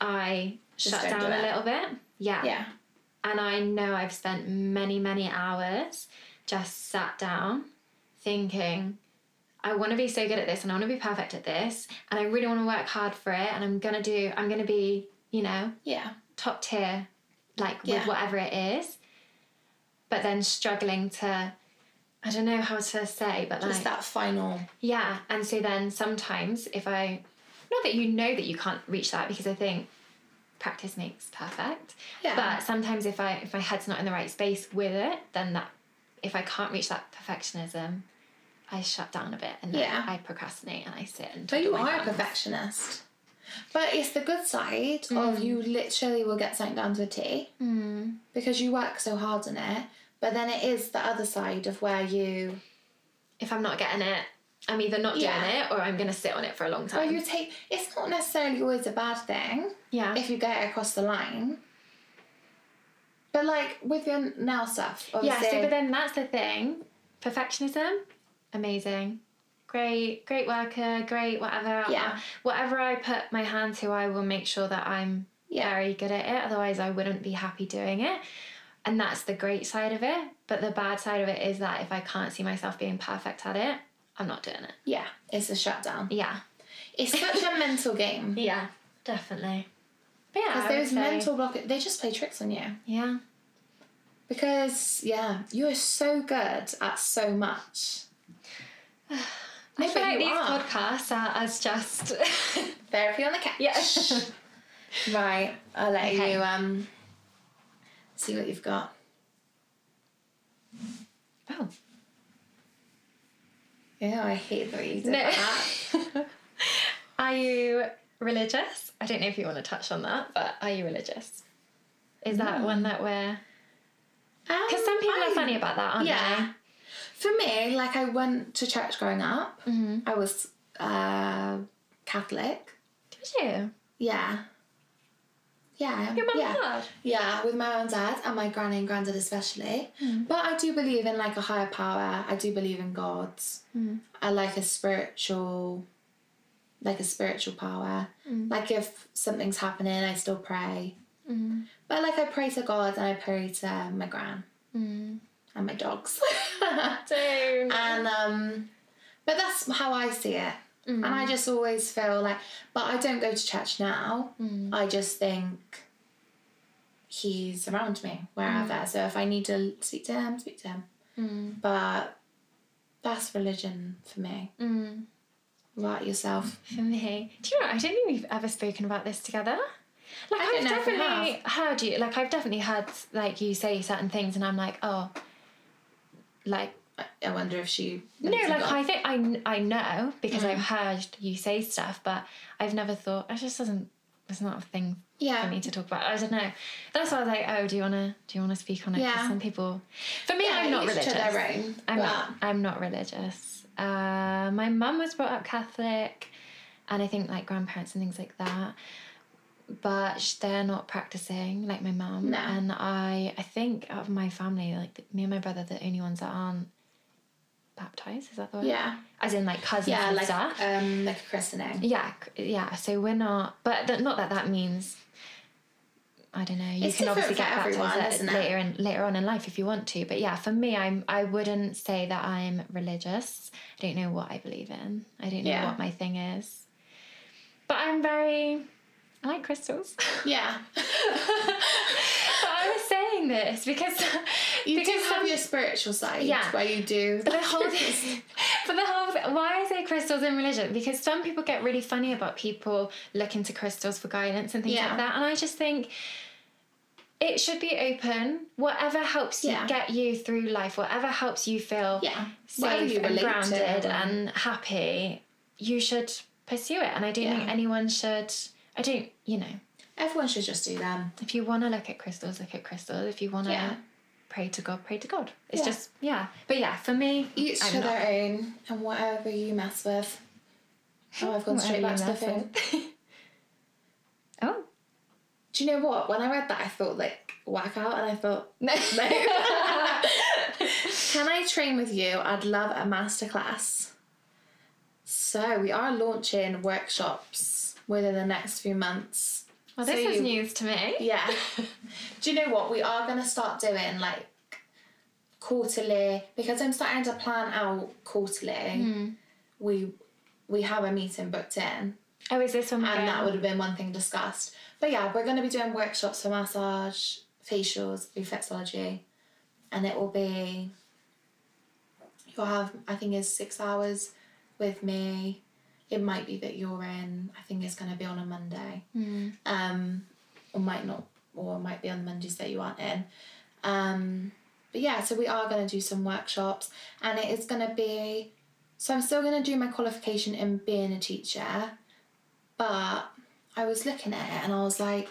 I
Just
shut
don't
down
do
a
it.
little bit. Yeah.
Yeah.
And I know I've spent many, many hours just sat down thinking, I want to be so good at this and I want to be perfect at this and I really want to work hard for it and I'm going to do, I'm going to be, you know,
Yeah.
top tier, like
Yeah.
with whatever it is. But then struggling to, I don't know how to say, but like,
Just that final.
yeah. And so then sometimes if I, not that you know that you can't reach that because I think practice makes perfect.
Yeah.
But sometimes if I if my head's not in the right space with it, then that if I can't reach that perfectionism, I shut down a bit and then
Yeah.
I procrastinate and I sit and.
But
twiddle
you
my
are a
thumbs.
perfectionist. But it's the good side of you literally will get something down to a T
Mm,
because you work so hard on it. But then it is the other side of where you
if I'm not getting it, I'm either not doing
Yeah.
it or I'm gonna sit on it for a long
where
time.
oh, you take. It's not necessarily always a bad thing
yeah.
if you get it across the line. But like with your nail stuff,
yeah.
obviously.
So, but then that's the thing. Perfectionism, amazing, great, great worker, great whatever. Uh,
Yeah.
Whatever I put my hand to, I will make sure that I'm
yeah,
very good at it. Otherwise, I wouldn't be happy doing it. And that's the great side of it. But the bad side of it is that if I can't see myself being perfect at it, I'm not doing it.
yeah, it's
[LAUGHS]
a shutdown.
Yeah.
It's such a mental game
Yeah. Definitely. But yeah.
because
I would
those
say-
mental block they just play tricks on you.
Yeah.
Because yeah, you are so good at so much. No,
[SIGHS] I feel
but
like
you
these
are.
podcasts are as just.
Therapy on the couch.
yeah. [LAUGHS]
[LAUGHS] Right. I'll let
Okay.
you um see what you've got.
oh.
Yeah, I hate the way you
[LAUGHS]
did
No.
that.
[LAUGHS] Are you religious? I don't know if you want to touch on that, but are you religious? Is that one that we're. Because
Um,
some people are funny about that, aren't
Oh, Yeah. For me, like I went to church growing up.
they? Mm-hmm.
I was uh, Catholic.
Did you?
Yeah. Yeah.
Your mum
yeah.
and dad?
Yeah, with my mum and dad and my granny and granddad especially.
Hmm.
But I do believe in like a higher power. I do believe in God.
Mm.
I like a spiritual, like a spiritual power.
Mm.
Like if something's happening, I still pray.
Mm.
But like I pray to God and I pray to my gran
Mm.
and my dogs. [LAUGHS]
Don't.
and um, but that's how I see it. And I
Mm.
just always feel like, but I don't go to church now.
Mm.
I just think he's around me wherever. So if I need to speak to him, speak to him.
Mm.
But that's religion for me.
Mm.
Right yourself.
for me. Do you know? What? I don't think we've ever spoken about this together. Like
I
I
don't
have
know if we
definitely heard you. Like I've definitely heard like you say certain things, and I'm like, oh, like
I- I wonder if she.
no, like I think I kn- I know because I've heard you say stuff, but I've never thought. It just doesn't. It's not a thing for
Yeah.
me to talk about. I don't know. That's why I was like, oh, do you wanna do you wanna speak on it? 'Cause
Yeah.
Some people. For me,
Yeah,
I'm not
each to
religious.
their own,
I'm
but-
not. I'm not religious. Uh, my mum was brought up Catholic, and I think like grandparents and things like that. But sh- they're not practicing like my mum,
No.
and I. I think out of my family, like th- me and my brother, are the only ones that aren't baptized. Is that the word?
Yeah.
As in like cousins
Yeah,
and
like
stuff.
um, like a christening.
Yeah, c- yeah. So we're not, but th- not that that means. I don't know. You
It's
can
different
obviously
for
get
everyone,
baptized
isn't
at-
it?
later in later on in life if you want to. But yeah, for me, I'm I wouldn't say that I'm religious. I don't know what I believe in. I don't know
Yeah.
what my thing is. But I'm very. I like crystals. [LAUGHS]
Yeah. [LAUGHS]
but I was saying this because
You
because
do have
some-
your spiritual side
Yeah.
where you do.
but the whole thing, but the whole thing, why is there crystals in religion? Because some people get really funny about people looking to crystals for guidance and things
Yeah.
like that. And I just think it should be open. Whatever helps you
Yeah.
get you through life, whatever helps you feel
Yeah. Whatever
safe
you
and
relate to
grounded
and-
and happy, you should pursue it. And I don't
Yeah.
think anyone should. I don't, you know,
Everyone should just do them.
if you want to look at crystals, look at crystals. If you want to
Yeah.
pray to God, pray to God. It's
Yeah. uh,
just, yeah. But yeah, for me,
Each
I'm
to
not.
their own, and whatever you mess with. Oh, I've gone straight back to the food.
oh.
Do you know what? When I read that, I thought like whack out, and I thought, [LAUGHS]
No.
can I train with you? I'd love a masterclass. So we are launching workshops within the next few months.
well, this
So
is
you-
news to me.
[LAUGHS] Yeah. Do you know what? We are going to start doing like quarterly because I'm starting to plan out quarterly. We we have a meeting booked in, and
Oh, is this one? we're
that
going-
would have been one thing discussed. But yeah, we're going to be doing workshops for massage, facials, reflexology, and it will be. You'll have I think it's six hours with me. It might be that you're in. I think it's going to be on a Monday
Mm.
um, or might not, or might be on the Mondays that you aren't in. Um, but yeah, so we are going to do some workshops, and it is going to be. So I'm still going to do my qualification in being a teacher, but I was looking at it and I was like,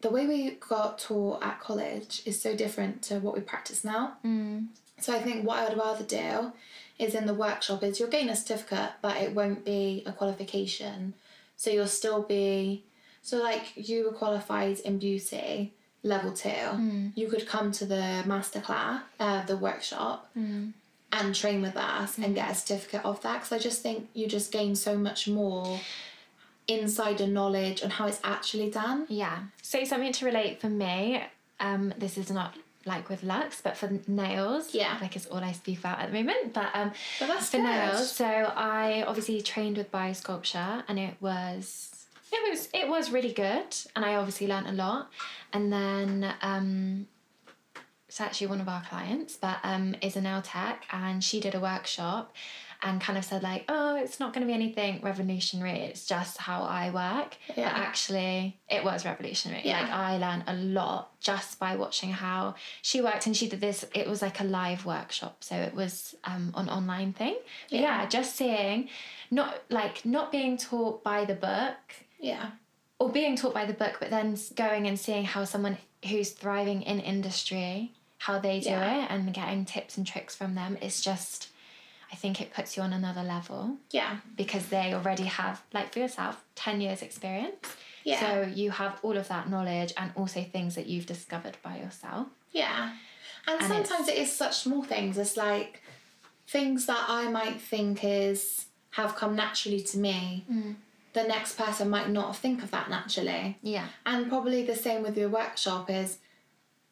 the way we got taught at college is so different to what we practice now.
Mm.
So I think what I would rather do is in the workshop is you'll gain a certificate, but it won't be a qualification. So you'll still be so like you were qualified in beauty level two. You could come to the masterclass, uh, the workshop, and train with us and
Mm.
get a certificate of that. Because I just think you just gain so much more insider knowledge on how it's actually done.
Yeah. So something to relate for me. Um, this is not like with Lux, but for nails.
Yeah.
Like it's all I speak about at the moment. But um,
But that's
for
good.
nails. So I obviously trained with biosculpture, and it was it was it was really good, and I obviously learnt a lot. And then um, it's actually one of our clients, but um, is a nail tech, and she did a workshop, and kind of said like, oh, it's not going to be anything revolutionary. It's just how I work.
Yeah.
But actually, it was revolutionary.
Yeah.
Like I learned a lot just by watching how she worked, and she did this. It was like a live workshop, so it was um, an online thing. But
Yeah.
yeah, just seeing, not like not being taught by the book
Yeah.
or being taught by the book, but then s- going and seeing how someone who's thriving in industry, how they do
Yeah.
it, and getting tips and tricks from them, it's just, I think it puts you on another level
Yeah.
because they already have, like for yourself, 10 years experience.
Yeah.
So you have all of that knowledge and also things that you've discovered by yourself.
Yeah. And,
And
sometimes it is such small things. It's like things that I might think is have come naturally to me.
Mm.
The next person might not think of that naturally.
Yeah.
And probably the same with your workshop is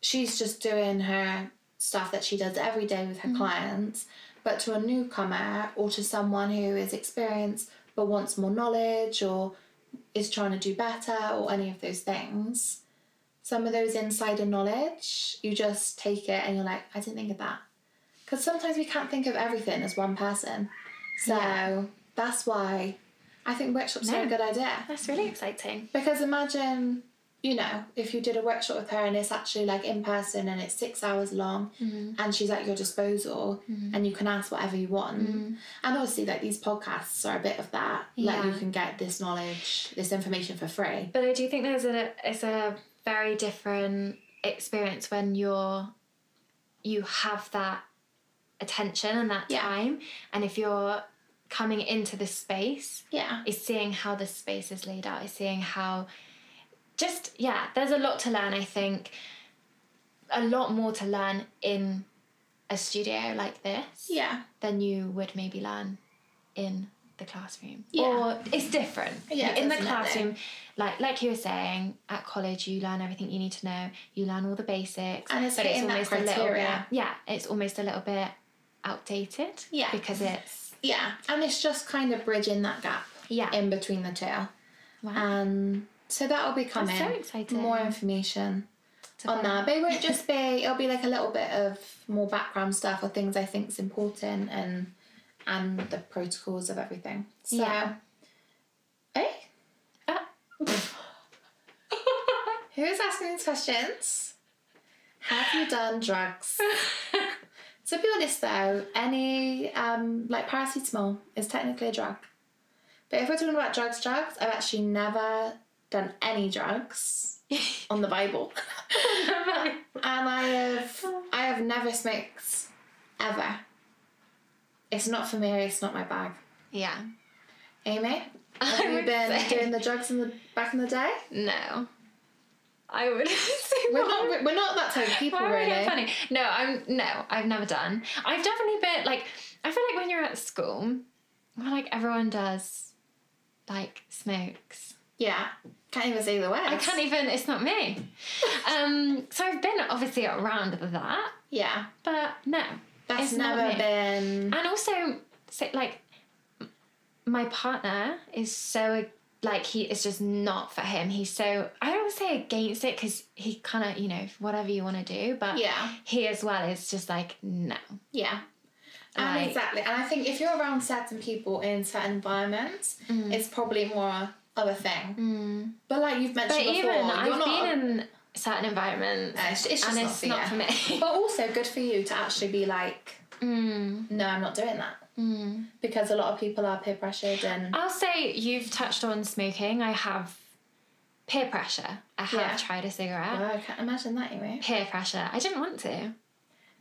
she's just doing her stuff that she does every day with her clients, but to a newcomer or to someone who is experienced but wants more knowledge or is trying to do better or any of those things, some of those insider knowledge, you just take it and you're like, I didn't think of that. Because sometimes we can't think of everything as one person. So That's why I think workshops are a
No.
good idea.
That's really exciting.
Because imagine, you know, if you did a workshop with her and it's actually like in person and it's six hours long
Mm-hmm.
and she's at your disposal and you can ask whatever you want.
Mm-hmm.
And obviously, like these podcasts are a bit of that. Like, you
Yeah.
can get this knowledge, this information for free.
But I do think there's a it's a very different experience when you're you have that attention and that
Yeah.
time, and if you're coming into this space,
Yeah.
is seeing how the space is laid out, is seeing how just yeah, there's a lot to learn, I think. A lot more to learn in a studio like this
Yeah.
than you would maybe learn in the classroom.
Yeah.
Or it's different.
Yeah,
in the
definitely.
classroom, like like you were saying, at college you learn everything you need to know. You learn all the basics.
And it's hitting that
a little bit
criteria.
yeah, it's almost a little bit outdated.
Yeah.
Because it's
Yeah. And it's just kind of bridging that gap
yeah.
in between the two.
wow.
And so that'll be
I'm
coming.
so excited.
More information
to
on
find
that. But it won't just be it'll be like a little bit of more background stuff or things I think's important and and the protocols of everything. So eh?
Yeah.
Hey, [LAUGHS]
Ah.
who is asking these questions? Have you
[LAUGHS]
done drugs? to be honest though, any um like paracetamol is technically a drug. But if we're talking about drugs, drugs, I've actually never done
[LAUGHS]
any drugs on the Bible. [LAUGHS] And I have I have never smoked ever. It's not for me, it's not my bag.
yeah.
Amy?
[LAUGHS]
Have
I
you
would
been
say-
doing the drugs in the back in the day?
No. I would [LAUGHS] say
We're
no.
not we're not that type of people
Why am I
really.
getting funny? No, I'm no, I've never done. I've definitely been like I feel like when you're at school, well, like everyone does, like smokes.
Yeah. Can't even say the words.
I can't even. It's not
[LAUGHS]
me. um, so I've been obviously around that,
Yeah.
but no,
That's
it's not
never
me.
been
And also, so, like, my partner is so like he it's just not for him. He's so I don't wanna say against it because he kind of you know whatever you want to do, but
Yeah.
he as well is just like no.
Yeah. And
Like-
exactly. And I think if you're around certain people in certain environments, it's probably more of a thing.
Mm.
But like you've
But
mentioned
even
before, you're
I've
not
been in certain environments,
Uh, it's- it's just
and
not
it's
for
not
you.
for [LAUGHS] me.
But also good for you to actually be like,
mm.
no, I'm not doing that.
Mm.
Because a lot of people are peer pressured and
I'll say you've touched on smoking. I have peer pressure. I have
Yeah.
tried a cigarette.
Wow, I can't imagine that, you know.
peer pressure. I didn't want to.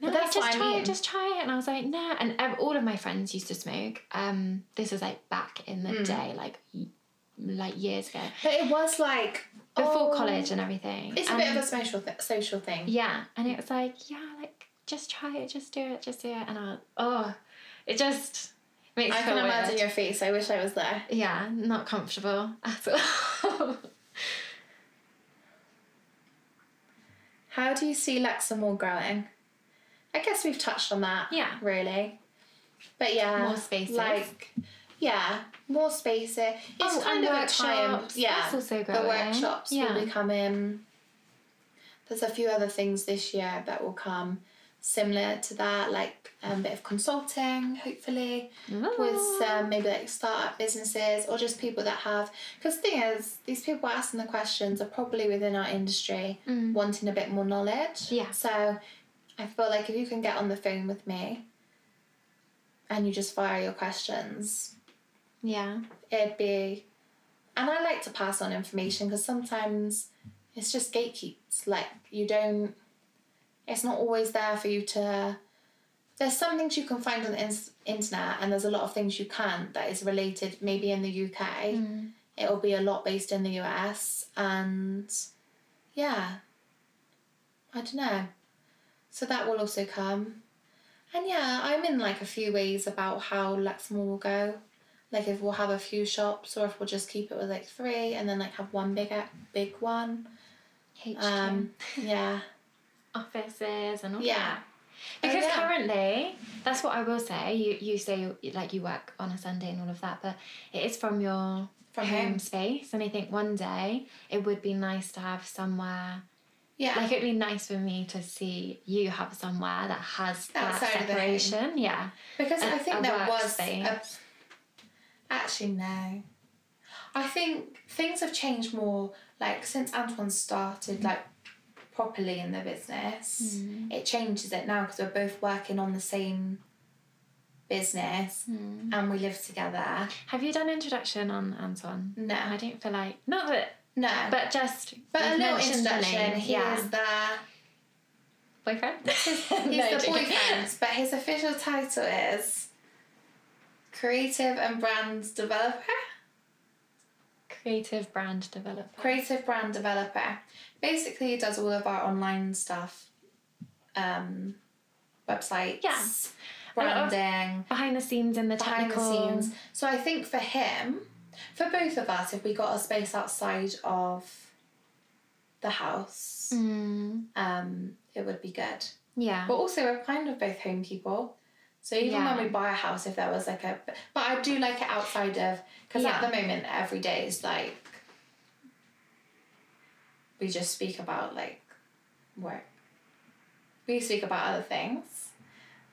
No,
But
like,
that's
just
what I
try
mean.
it, just try it. And I was like, no. And ev- all of my friends used to smoke. Um, this was like back in the
Mm.
day, like y- like years ago,
But it was like
before
oh,
college and everything.
It's a
and,
bit of a social th- social thing.
yeah. And it was like, yeah, like just try it, just do it, just do it. And I, oh, it just makes
I
me feel
can
weird.
imagine your face. I wish I was there.
Yeah, not comfortable [LAUGHS] at all. Oh,
How do you see Lexamore growing? I guess we've touched on that.
Yeah.
Really. But yeah.
More spaces.
Like yeah, more spaces. It's
Oh,
kind
and
of a time.
workshops.
Yeah.
That's also
The
growing.
workshops
Yeah.
will be coming. There's a few other things this year that will come similar to that, like um, a bit of consulting, hopefully.
Mm.
with um, some maybe like startup businesses or just people that have because the thing is these people asking the questions are probably within our industry
Mm.
wanting a bit more knowledge
Yeah.
so i feel like if you can get on the phone with me and you just fire your questions
yeah.
it'd be and i like to pass on information because sometimes it's just gatekeeps like you don't it's not always there for you to there's some things you can find on the ins- internet and there's a lot of things you can't that is related maybe in the uk it'll be a lot based in the us and yeah i don't know so that will also come and yeah i'm in like a few ways about how lexmore will go like if we'll have a few shops or if we'll just keep it with like three and then like have one big big one
HQ.
um yeah
offices and all
Yeah.
that.
Oh,
Because
yeah.
currently, that's what I will say. You you say you, like you work on a Sunday and all of that, but it is from your home
From home.
space. And I think one day it would be nice to have somewhere.
yeah
Like it'd be nice for me to see you have somewhere that has that
Outside of the home.
separation. Yeah,
Because
a-
I think
a
there was.
workspace.
A, Actually, no. I think things have changed more, like since Antoine started, like properly in the business.
Mm.
It changes it now because we're both working on the same business
Mm.
and we live together.
Have you done introduction on Anton?
No,
I don't feel like not that,
no, but,
but just
a
you've
little
mentioned the
introduction.
name.
He
yeah,
is the
boyfriend. he's
[LAUGHS] He's the boyfriend, but his official title is Creative and Brand Developer.
Creative brand developer.
Creative Brand Developer. Basically, he does all of our online stuff, um, websites,
Yeah. A lot of
branding,
Behind the scenes in the
behind the
technical.
scenes. So I think for him, for both of us, if we got a space outside of the house,
Mm,
um, it would be good.
yeah.
But also, we're kind of both home people. So even
Yeah.
when we buy a house, if there was like a, but I do like it outside of because
Yeah.
at the moment every day is like we just speak about like work. We speak about other things,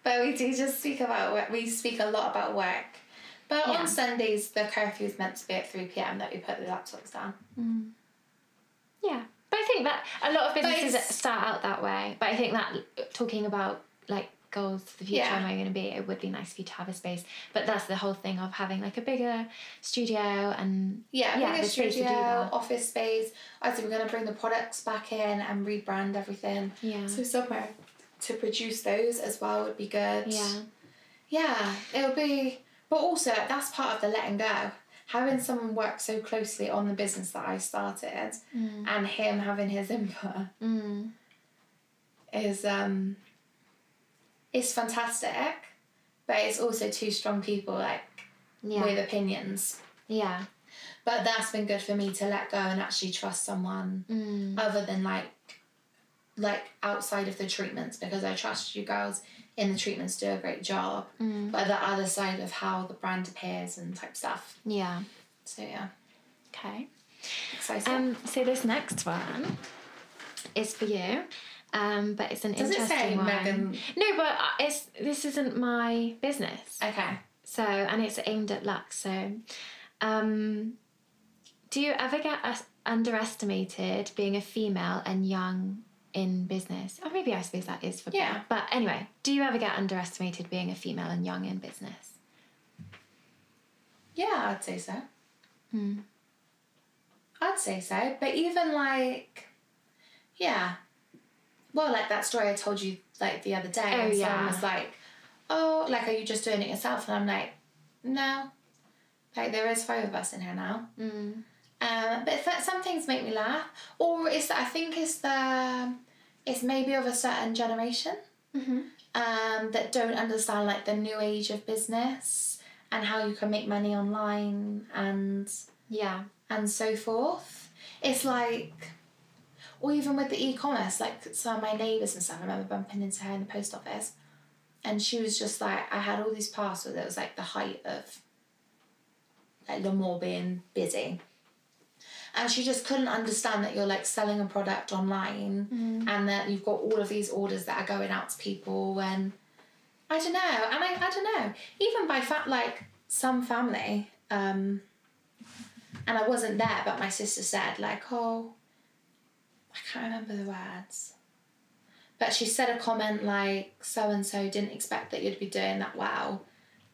but we do just speak about work. We speak a lot about work. But
Yeah.
on Sundays, the curfew is meant to be at three pm that we put the laptops down.
Mm. Yeah, but I think that a lot of businesses
it's-
start out that way. But I think that l- talking about like goals for the future,
Yeah.
am I going to be? It would be nice for you to have a space. But that's the whole thing of having like a bigger studio and
Yeah,
Yeah,
bigger
the space to do
studio,
that.
office space. I think we're gonna bring the products back in and rebrand everything.
yeah,
So somewhere to produce those as well would be good.
yeah,
Yeah, it'll be. But also that's part of the letting go. Having someone work so closely on the business that I started,
Mm.
and him having his input
mm.
is um. Is fantastic, but it's also two strong people like
yeah,
with opinions.
yeah.
But that's been good for me to let go and actually trust someone
Mm.
other than like like outside of the treatments because I trust you girls in the treatments do a great job.
Mm.
But the other side of how the brand appears and type stuff.
Yeah.
So yeah.
Okay.
Exciting.
Um. So this next one is for you, um. But it's an
Does it
interesting
say
one.
Megan
No, but uh, it's this isn't my business.
Okay.
So, and it's aimed at luck. So, um, do you ever get us underestimated being a female and young in business? Or maybe I suppose that is for
Yeah.
But anyway, do you ever get underestimated being a female and young in business?
Yeah, I'd say so.
Hmm.
I'd say so. But even like yeah. Well, like that story I told you like the other day
Oh,
and someone
yeah.
was like, Oh, like are you just doing it yourself? And I'm like, No. Like there is five of us in here now.
Mm.
Um, but th- some things make me laugh, or it's I think it's the it's maybe of a certain generation
Mm-hmm.
um, that don't understand like the new age of business and how you can make money online and
Yeah.
and so forth. It's like, or even with the e-commerce, like some of my neighbours and stuff. I remember bumping into her in the post office, and she was just like, I had all these parcels. It was like the height of like Lemoore being busy, and she just couldn't understand that you're like selling a product online and that you've got all of these orders that are going out to people and. I don't know, and I, I don't know. Even by fa- like some family, um, and I wasn't there, but my sister said, like, oh, I can't remember the words. But she said a comment like, so and so didn't expect that you'd be doing that well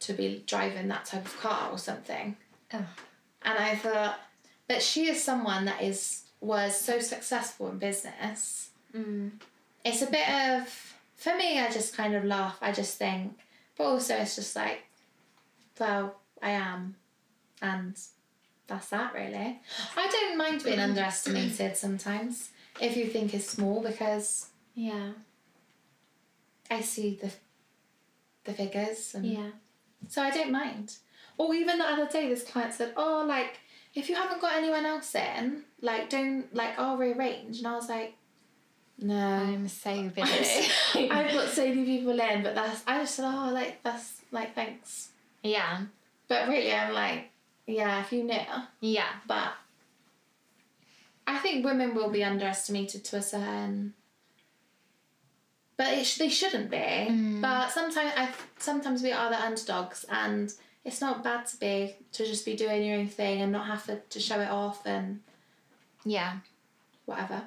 to be driving that type of car or something.
Oh.
And I thought, but she is someone that is was so successful in business.
Mm.
It's a bit of for me, I just kind of laugh. I just think, but also it's just like, well, I am, and that's that really. I don't mind being underestimated sometimes if you think it's small because
Yeah.
I see the the figures and
Yeah.
so I don't mind. Or even the other day this client said, Oh, like if you haven't got anyone else in, like don't like I'll rearrange and I was like, No.
I'm so busy. [LAUGHS]
I've got so many people in, but that's I just said, Oh like that's like thanks.
yeah.
But really I'm like, Yeah, if you knew
Yeah.
but I think women will be underestimated to a certain. But it sh- they shouldn't be. But sometimes I sometimes we are the underdogs, and it's not bad to be to just be doing your own thing and not have to, to show it off and
Yeah.
whatever.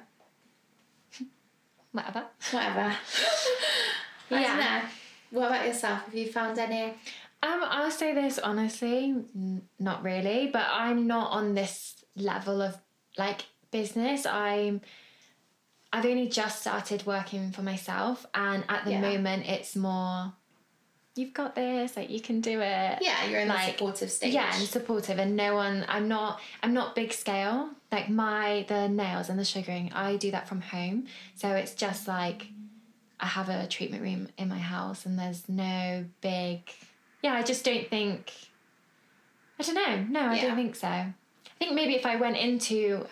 Whatever.
Whatever. I
Yeah.
don't know. What about yourself? Have you found any?
Um, I'll say this honestly, n- not really, but I'm not on this level of like business. I'm I've only just started working for myself and at the
Yeah.
moment it's more you've got this, like you can do it.
Yeah, you're in the
Like,
supportive stage.
Yeah, and supportive and no one I'm not I'm not big scale. Like my the nails and the sugaring, I do that from home. So it's just like I have a treatment room in my house and there's no big Yeah, I just don't think I don't know. No, I
Yeah.
don't think so. I think maybe if I went into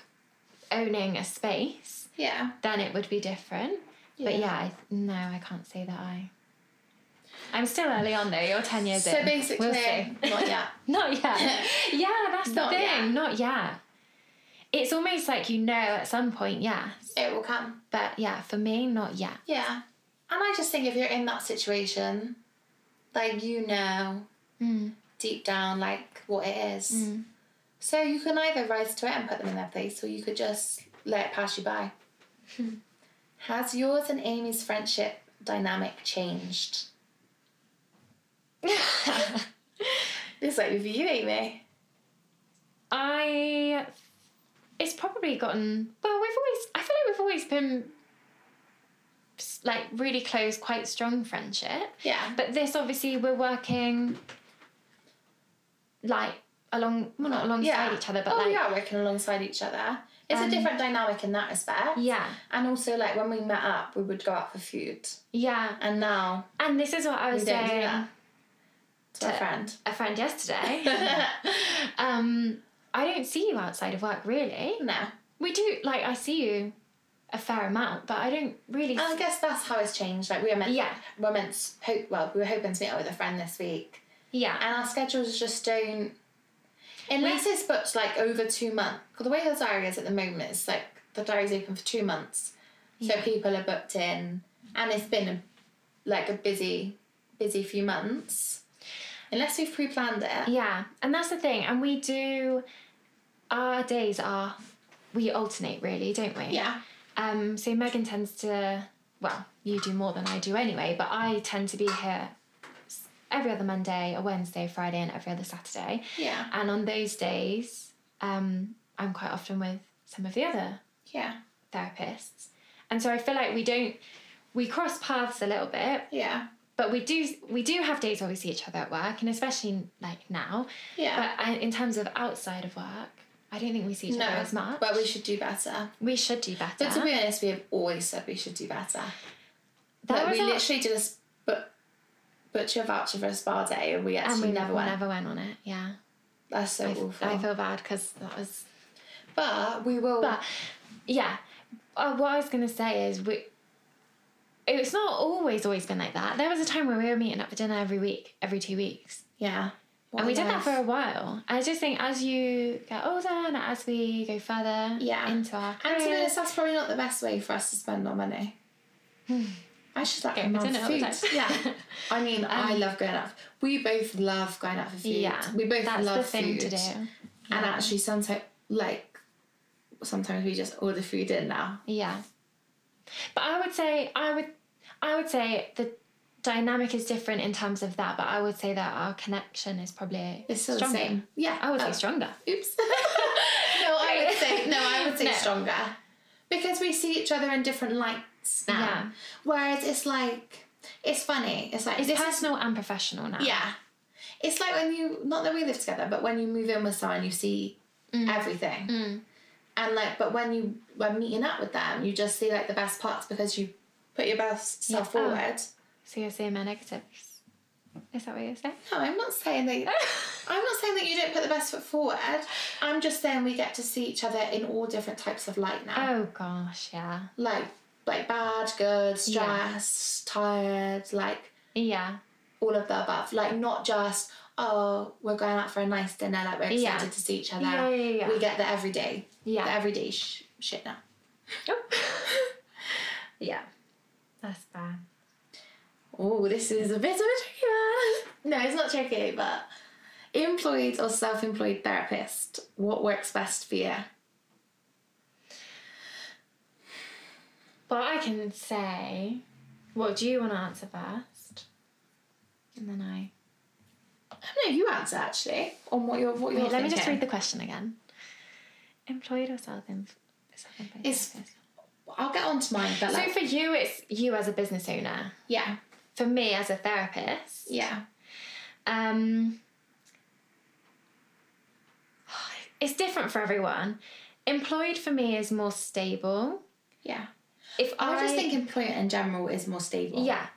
owning a space,
Yeah.
then it would be different. But
Yeah.
yeah, I, no, I can't say that I I'm still early on though. You're ten years
So
in.
basically,
we'll
[LAUGHS]
see.
not yet.
Not
[LAUGHS]
yet. yeah, that's
Not
the thing.
yet.
Not yet. It's almost like you know at some point, yes.
It will come.
But yeah, for me, not yet.
Yeah. And I just think if you're in that situation, like you know Hmm.
Mm.
deep down like what it is.
Mm.
So you can either rise to it and put them in their place, or you could just let it pass you by.
Hmm.
Has yours and Amy's friendship dynamic changed? This like with you, Amy.
[LAUGHS] I. It's probably gotten. Well, we've always. I feel like we've always been s- like really close, quite strong friendship.
Yeah.
But this obviously we're working like along well not alongside
yeah.
each other, but
oh,
like
we are working alongside each other. It's a
Um,
different dynamic in that respect.
yeah.
And also, like when we met up, we would go out for food,
Yeah.
and now
And this is what I
we
was
don't
saying
do that. To a
to- [LAUGHS]
friend.
a friend
[LAUGHS]
yesterday. um, I don't see you outside of work really.
no,
We do like I see you a fair amount, but I don't really.
and I guess that's how it's changed. Like we were meant,
Yeah.
we're meant. to Hope well, we were hoping to meet up with a friend this week,
yeah.
and our schedules just don't. Unless it's booked like over two months, because the way the diary is at the moment is like the diary's open for two months, so
Yeah.
people are booked in, and it's been a, like a busy, busy few months. Unless we've pre-planned it,
Yeah, and that's the thing. And we do, our days are, we alternate really, don't we?
yeah,
Um, so Megan tends to, well, you do more than I do anyway, but I tend to be here s- every other Monday, a Wednesday, a Friday, and every other Saturday.
yeah,
And on those days, um, I'm quite often with some of the other
yeah,
therapists. And so I feel like we don't, we cross paths a little bit,
yeah,
but we do we do have days where we see each other at work, and especially like now.
yeah.
But I, in terms of outside of work, I don't think we see each
no,
other as much.
but we should do better.
we should do better.
But to be honest, we have always said we should do better.
There
like
was
we
a-
literally did a sp- but butcher voucher for a spa day, and we actually
and we
never went.
never went on it. Yeah,
That's so
I,
awful.
I feel bad because that was.
but we will.
But yeah, uh, what I was gonna say is we. It's not always always been like that. There was a time where we were meeting up for dinner every week, every two weeks.
yeah,
and we did that for a while. I just think as you get older and as we go further
Yeah.
into our
And to be honest,
careers,
that's probably not the best way for us to spend our money.
[SIGHS]
I should like
Go
going
for
out
dinner
for
all the
food.
time. [LAUGHS]
yeah, I mean, I love going out. We both love going out for food.
yeah,
we both
that's
love
the thing
food.
to do.
And actually, sometimes like sometimes we just order food in now.
Yeah. But I would say I would I would say the dynamic is different in terms of that, but I would say that our connection is probably
It's still
stronger.
the same. Yeah,
I would
oh,
say stronger. [LAUGHS]
Oops. no, I would
Right.
say no. I would say
No.
stronger because we see each other in different lights now.
Yeah.
Whereas it's like it's funny. It's like
It's
this is
personal and professional now.
yeah. It's like when you not that we live together, but when you move in with someone, you see everything.
Mm.
And like, but when you when meeting up with them, you just see like the best parts because you put your best
Yeah.
self
Oh.
forward.
So you're seeing my negatives. Is that what you're saying? [LAUGHS]
No, I'm not saying that. I'm not saying that you don't put the best foot forward. I'm just saying we get to see each other in all different types of light now.
oh gosh, yeah.
like like bad, good,
Yeah.
stressed, tired, like
Yeah.
all of the above. Like not just oh we're going out for a nice dinner, like we're excited
Yeah.
to see each other.
Yeah, yeah, yeah.
We get the everyday,
Yeah.
the everyday sh- shit now.
[LAUGHS] yeah. That's bad.
[LAUGHS] Oh, this is a bit of a tricky one. No, it's not tricky, but Employed or self employed therapist, what works best for you?
Well, I can say, what do you want to answer first? And then I.
No, you answer actually on what you're what you're
Wait, let me just
thinking.
read the question again. Employed or self-employed? self-employed
It's-
therapist?
I'll get on to mine, but
So
like,
for you, it's you as a business owner.
yeah,
For me, as a therapist,
yeah,
um, it's different for everyone. Employed for me is more stable.
yeah.
If
I,
I,
just think employment in general is more stable.
yeah.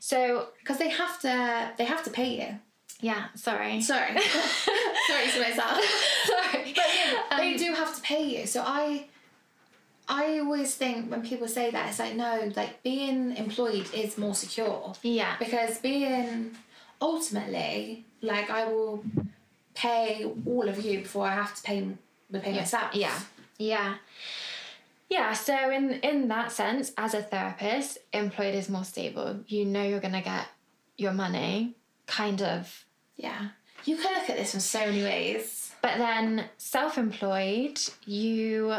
So
because they have to they have to pay you.
yeah, [LAUGHS] sorry.
Sorry, sorry to myself.
sorry.
But yeah, they
Um,
do have to pay you. So I, I always think when people say that it's like no, like being employed is more secure.
yeah.
because being ultimately like I will pay all of you before I have to pay the pay myself.
Yeah, yeah, yeah. So in in that sense, as a therapist, employed is more stable. You know you're gonna get your money, kind of.
yeah. You can look at this in so many ways.
But then self-employed, you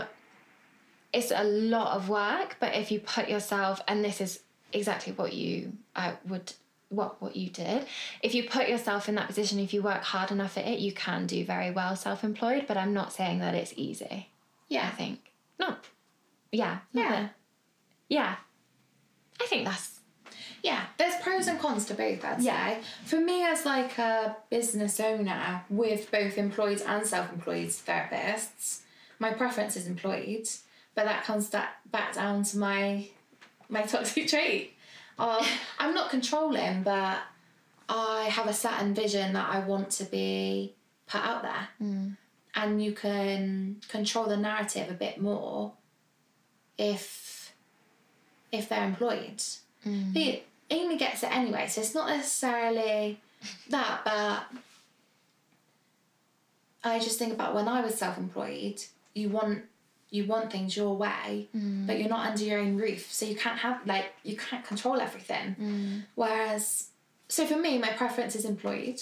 it's a lot of work. But if you put yourself, and this is exactly what you uh, would what what you did if you put yourself in that position if you work hard enough at it you can do very well self-employed but i'm not saying that it's easy I
Yeah,
think. No. Yeah. not
yeah,
that- Yeah. I think that's.
yeah. There's pros and cons to both. I'd
Yeah.
say. For me, as like a business owner with both employed and self-employed therapists, my preference is employed, but that comes that back down to my my toxic [LAUGHS] trait. Of I'm not controlling, but I have a certain vision that I want to be put out there. And you can control the narrative a bit more if if they're employed. But Amy gets it anyway, so it's not necessarily that, but I just think about when I was self employed, you want you want things your way, but you're not under your own roof. So you can't have like you can't control everything. Whereas so for me, my preference is employed.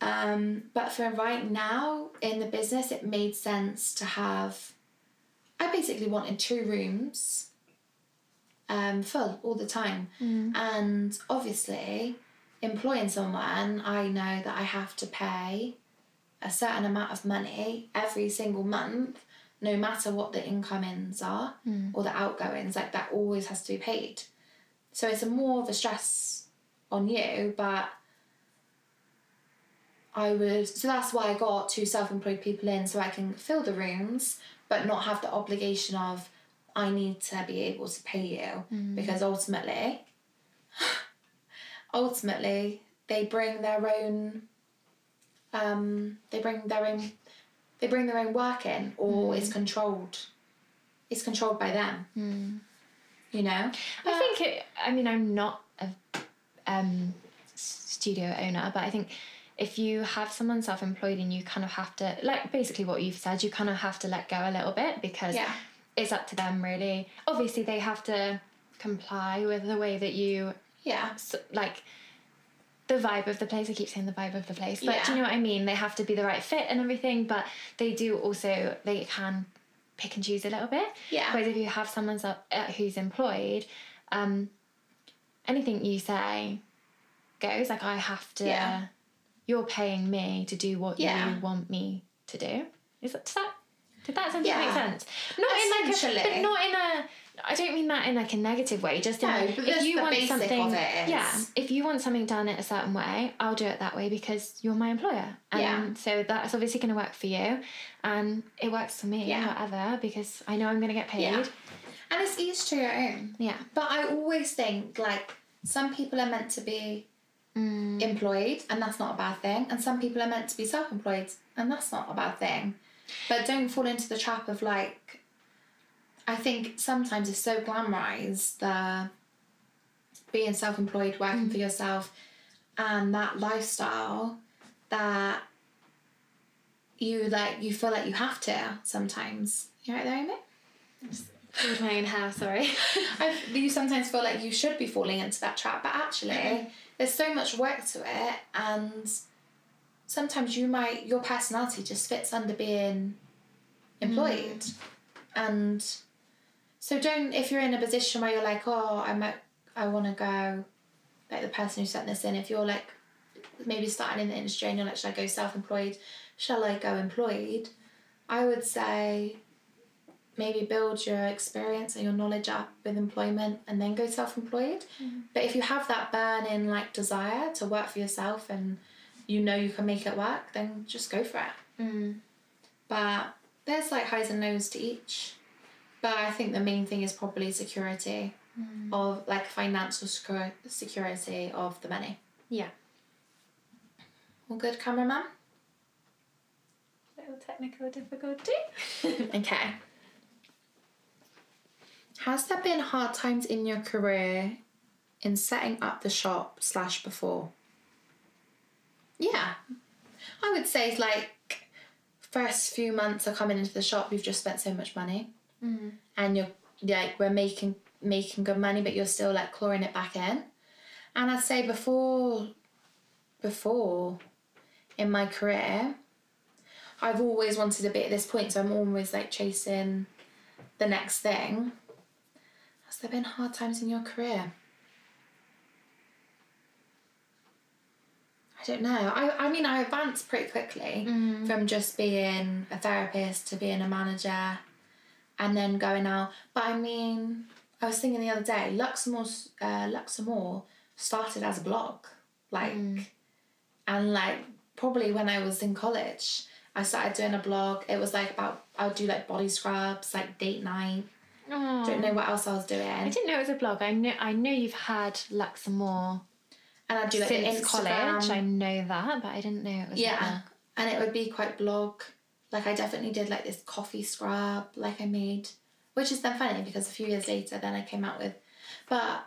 Um, but for right now in the business, it made sense to have. I basically wanted two rooms um, full all the time. And obviously, employing someone, I know that I have to pay a certain amount of money every single month, no matter what the incomings are or the outgoings, like that always has to be paid. So it's a more of a stress on you, but I would. So that's why I got two self employed people in so I can fill the rooms but not have the obligation of I need to be able to pay you because ultimately, [SIGHS] ultimately, they bring their own. Um, they bring their own. They bring their own work in, or it's controlled. It's controlled by them. You know.
I think it. I mean, I'm not a um, studio owner, but I think if you have someone self-employed and you kind of have to, like, basically what you've said, you kind of have to let go a little bit because
Yeah.
it's up to them really. Obviously, they have to comply with the way that you
Yeah.
s- like the vibe of the place. I keep saying the vibe of the place, but do you
Yeah.
know what I mean? They have to be the right fit and everything, but they do also they can pick and choose a little bit.
Yeah.
Whereas if you have someone so- uh, who's employed, um, anything you say goes. Like I have to.
Yeah.
You're paying me to do what
Yeah.
you want me to do. Is that, does that did that sentence
Yeah.
make sense? Not in like a, but
Essentially.
not in a. I don't mean that in like a negative way. Just in
No,
like,
but
if
that's
you
the
want
basic of
something,
it is.
yeah, if you want something done in a certain way, I'll do it that way because you're my employer. And
Yeah.
so that's obviously going to work for you. And it works for me,
Yeah.
whatever, because I know I'm going to get paid. Yeah.
Yeah. And it's each to your own. But I always think like some people are meant to be employed, and that's not a bad thing, and some people are meant to be self-employed, and that's not a bad thing. But don't fall into the trap of like. I think sometimes it's so glamorized the being self-employed, working for yourself, and that lifestyle that you like you feel like you have to sometimes. You right there, Amy?
With my own hair,
[LAUGHS]
sorry.
I, you sometimes feel like you should be falling into that trap, but actually, there's so much work to it, and sometimes you might your personality just fits under being employed and so don't if you're in a position where you're like oh i might i want to go like the person who sent this in if you're like maybe starting in the industry and you're like should i go self-employed shall i go employed i would say maybe build your experience and your knowledge up with employment and then go self-employed but if you have that burning like desire to work for yourself and you know you can make it work then just go for it
Mm.
but there's like highs and lows to each. But I think the main thing is probably security of like financial secur- security of the money.
Yeah.
All good, cameraman?
Little technical difficulty.
[LAUGHS] okay. Has there been hard times in your career in setting up the shop slash before? Yeah. I would say like first few months of coming into the shop you've just spent so much money.
Mm.
and you're like we're making making good money but you're still like clawing it back in and i'd say before before in my career i've always wanted to be at this point so i'm always like chasing the next thing has there been hard times in your career i don't know i, I mean i advanced pretty quickly from just being a therapist to being a manager and then going out. But I mean, I was thinking the other day, Luxmore, uh, Luxmore started as a blog, like, and like probably when I was in college, I started doing a blog. It was like about I would do like body scrubs, like date night.
Aw.
Don't know what else I was doing,
I
and
didn't know it was a blog. I know I know you've had Luxmore
I'd do like
since
the Instagram.
college. I know that, but I didn't know it was.
Yeah.
a-
And it would be quite blog. Like I definitely did like this coffee scrub like I made which is then funny because a few years later then I came out with but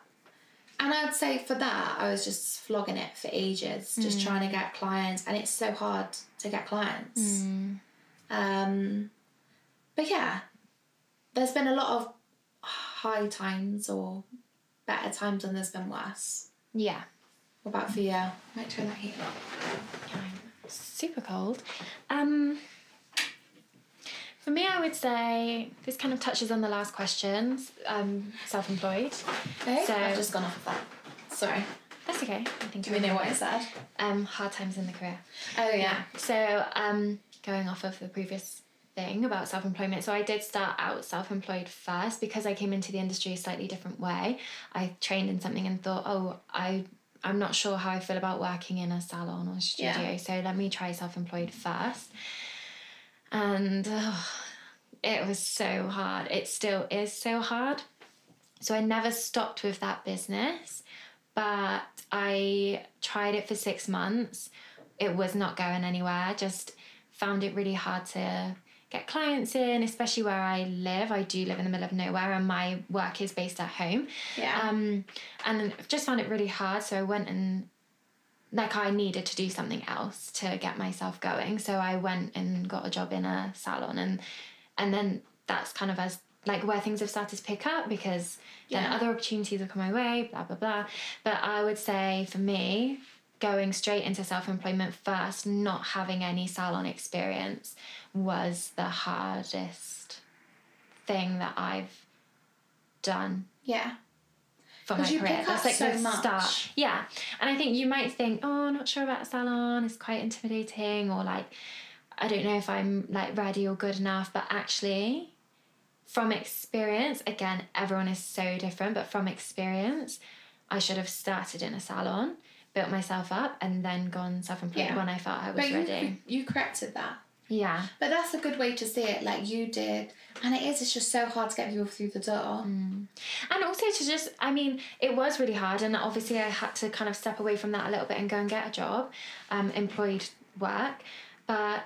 and I'd say for that I was just flogging it for ages, just trying to get clients and it's so hard to get clients. Um but yeah. There's been a lot of high times or better times and there's been worse.
yeah.
What about for you? I might turn that heat up.
I'm super cold. Um, for me, I would say this kind of touches on the last question. Um, self-employed.
Okay.
So-
I've just gone off of that. Sorry.
That's okay. I think
Do we know what I said?
Um, hard times in the career.
Oh yeah.
So, um, going off of the previous thing about self employment, so I did start out self employed first because I came into the industry a slightly different way. I trained in something and thought, oh, I. I'm not sure how I feel about working in a salon or studio,
Yeah.
so let me try self employed first. And oh, it was so hard. It still is so hard. So I never stopped with that business, but I tried it for six months. It was not going anywhere. Just found it really hard to get clients in, especially where I live. I do live in the middle of nowhere, and my work is based at home.
Yeah.
Um, and I've just found it really hard. So I went and like I needed to do something else to get myself going. So I went and got a job in a salon, and and then that's kind of as like where things have started to pick up because then
Yeah.
other opportunities have come my way. Blah blah blah. But I would say for me, going straight into self employment first, not having any salon experience, was the hardest thing that I've done
yeah.
for my
'Cause you
career.
pick
That's
up
like
so
the
much.
start. Yeah. And I think you might think, oh, not sure about salon, it's quite intimidating, or like, I don't know if I'm like ready or good enough. But actually, from experience, again, everyone is so different, but from experience, I should have started in a salon, built myself up, and then gone self employed
Yeah.
when I felt I was
But you,
ready.
you corrected that.
Yeah.
But that's a good way to see it, like you did. And it is, it's just so hard to get people through the door.
And also to just, I mean, it was really hard, and obviously I had to kind of step away from that a little bit and go and get a job, um, employed work. But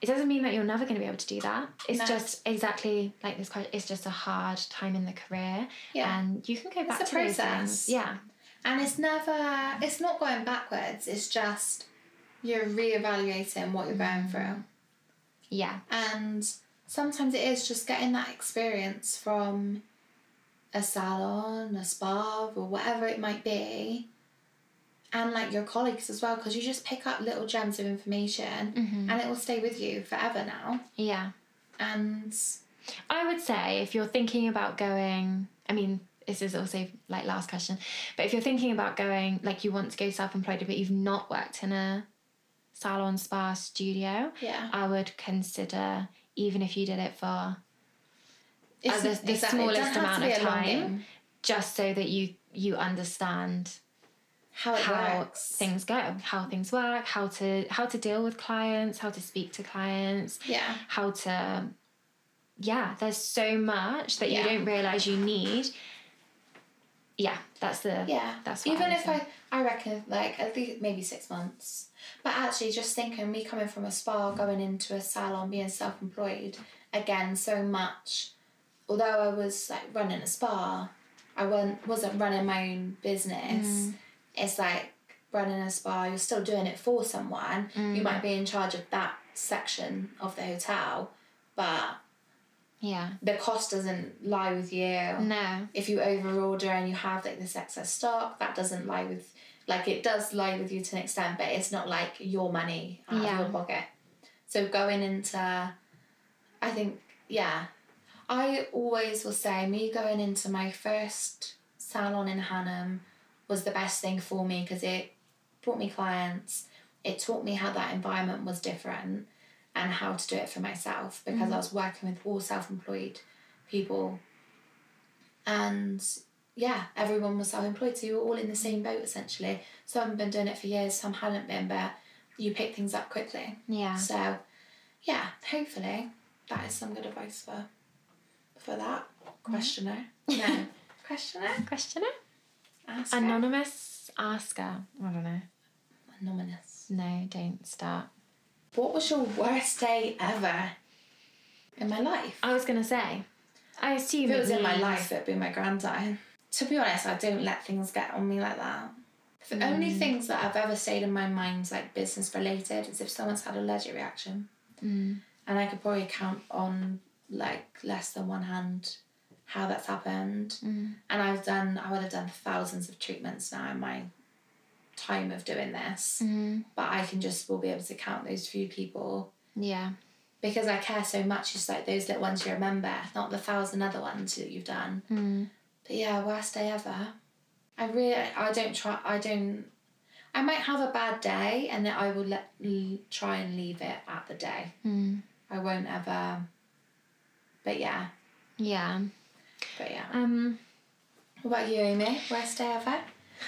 it doesn't mean that you're never going to be able to do that. It's
No.
just exactly like this question. It's just a hard time in the career,
Yeah.
and you can go back
a
to those
process.
things. Yeah,
And it's never, it's not going backwards, it's just you're reevaluating what you're going through.
yeah,
And sometimes it is just getting that experience from a salon, a spa, or whatever it might be, and like your colleagues as well because you just pick up little gems of information
Mm-hmm.
and it will stay with you forever now
Yeah.
and
I would say if you're thinking about going, I mean, this is also like last question, but if you're thinking about going, like you want to go self employed, but you've not worked in a salon, spa, studio,
yeah
I would consider, even if you did it for
It's-
the- the
exactly, it doesn't
smallest
have to
amount of
be a long
time.
game.
just so that you you understand
how it
how
works
things go, how things work, how to how to deal with clients, how to speak to clients,
yeah
how to yeah there's so much that
Yeah.
you don't realize you need yeah that's the
yeah
that's what
even
would
if
say.
I I reckon like at least maybe six months but actually just thinking me coming from a spa going into a salon being self employed again so much although I was like running a spa I wasn't wasn't running my own business it's like running a spa you're still doing it for someone you might be in charge of that section of the hotel but
yeah
the cost doesn't lie with you
no
if you overorder and you have like this excess stock, that doesn't lie with like it does lie with you to an extent, but it's not like your money out
Yeah.
of your pocket. So going into I think yeah. I always will say me going into my first salon in Hanham was the best thing for me because it brought me clients. It taught me how that environment was different and how to do it for myself because I was working with all self-employed people and yeah, everyone was self-employed, so you were all in the same boat essentially. Some had been doing it for years, some hadn't been, but you pick things up quickly.
yeah
So, yeah, hopefully that is some good advice for for that questioner. No, questioner.
questioner
Ask
anonymous asker i don't know
it. anonymous.
no don't start
What was your worst day ever in my life?
i was gonna say i assume
If it was in my
means-
life, it'd be my granddad. To be honest, I don't let things get on me like that. The only
Mm.
things that I've ever stayed in my mind's like business related is if someone's had a allergic reaction,
Mm.
and I could probably count on like less than one hand how that's happened.
Mm.
And I've done, I would have done thousands of treatments now in my time of doing this,
Mm.
but I can just will be able to count those few people
yeah
because I care so much, it's like those little ones you remember, not the thousand other ones that you've done.
Mm.
But yeah, worst day ever. I really, I don't try, I don't, I might have a bad day and then I will let, l- try and leave it at the day.
Mm.
I won't ever, but yeah,
yeah
but yeah.
um
What about you, Amy? Worst day ever?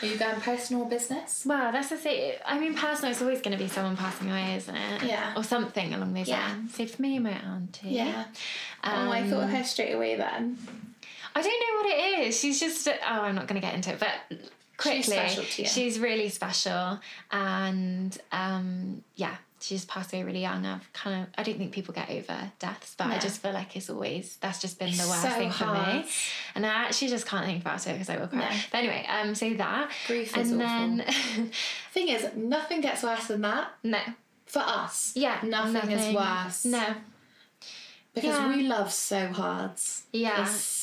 Are you going personal or business?
well that's the thing i mean personal it's always gonna be someone passing away isn't it
Yeah.
or something along those
Yeah.
lines so for me my auntie um,
Yeah. oh, I thought of her straight away then.
I don't know what it is. She's just oh, I'm not going to get into it, but quickly,
special to you.
she's really special, and um, yeah, she just passed away really young. I've kind of I don't think people get over deaths, but I
No.
just feel like it's always that's just been the
It's
worst
so
thing for
hard.
me, and I actually just can't think about it because I will cry.
No.
But anyway, um, so that
Grief
and
is
then [LAUGHS]
awful. Thing is, nothing gets worse than that
no,
for us.
yeah,
Nothing, is worse.
No,
Because
Yeah.
we love so hard.
yeah.
It's,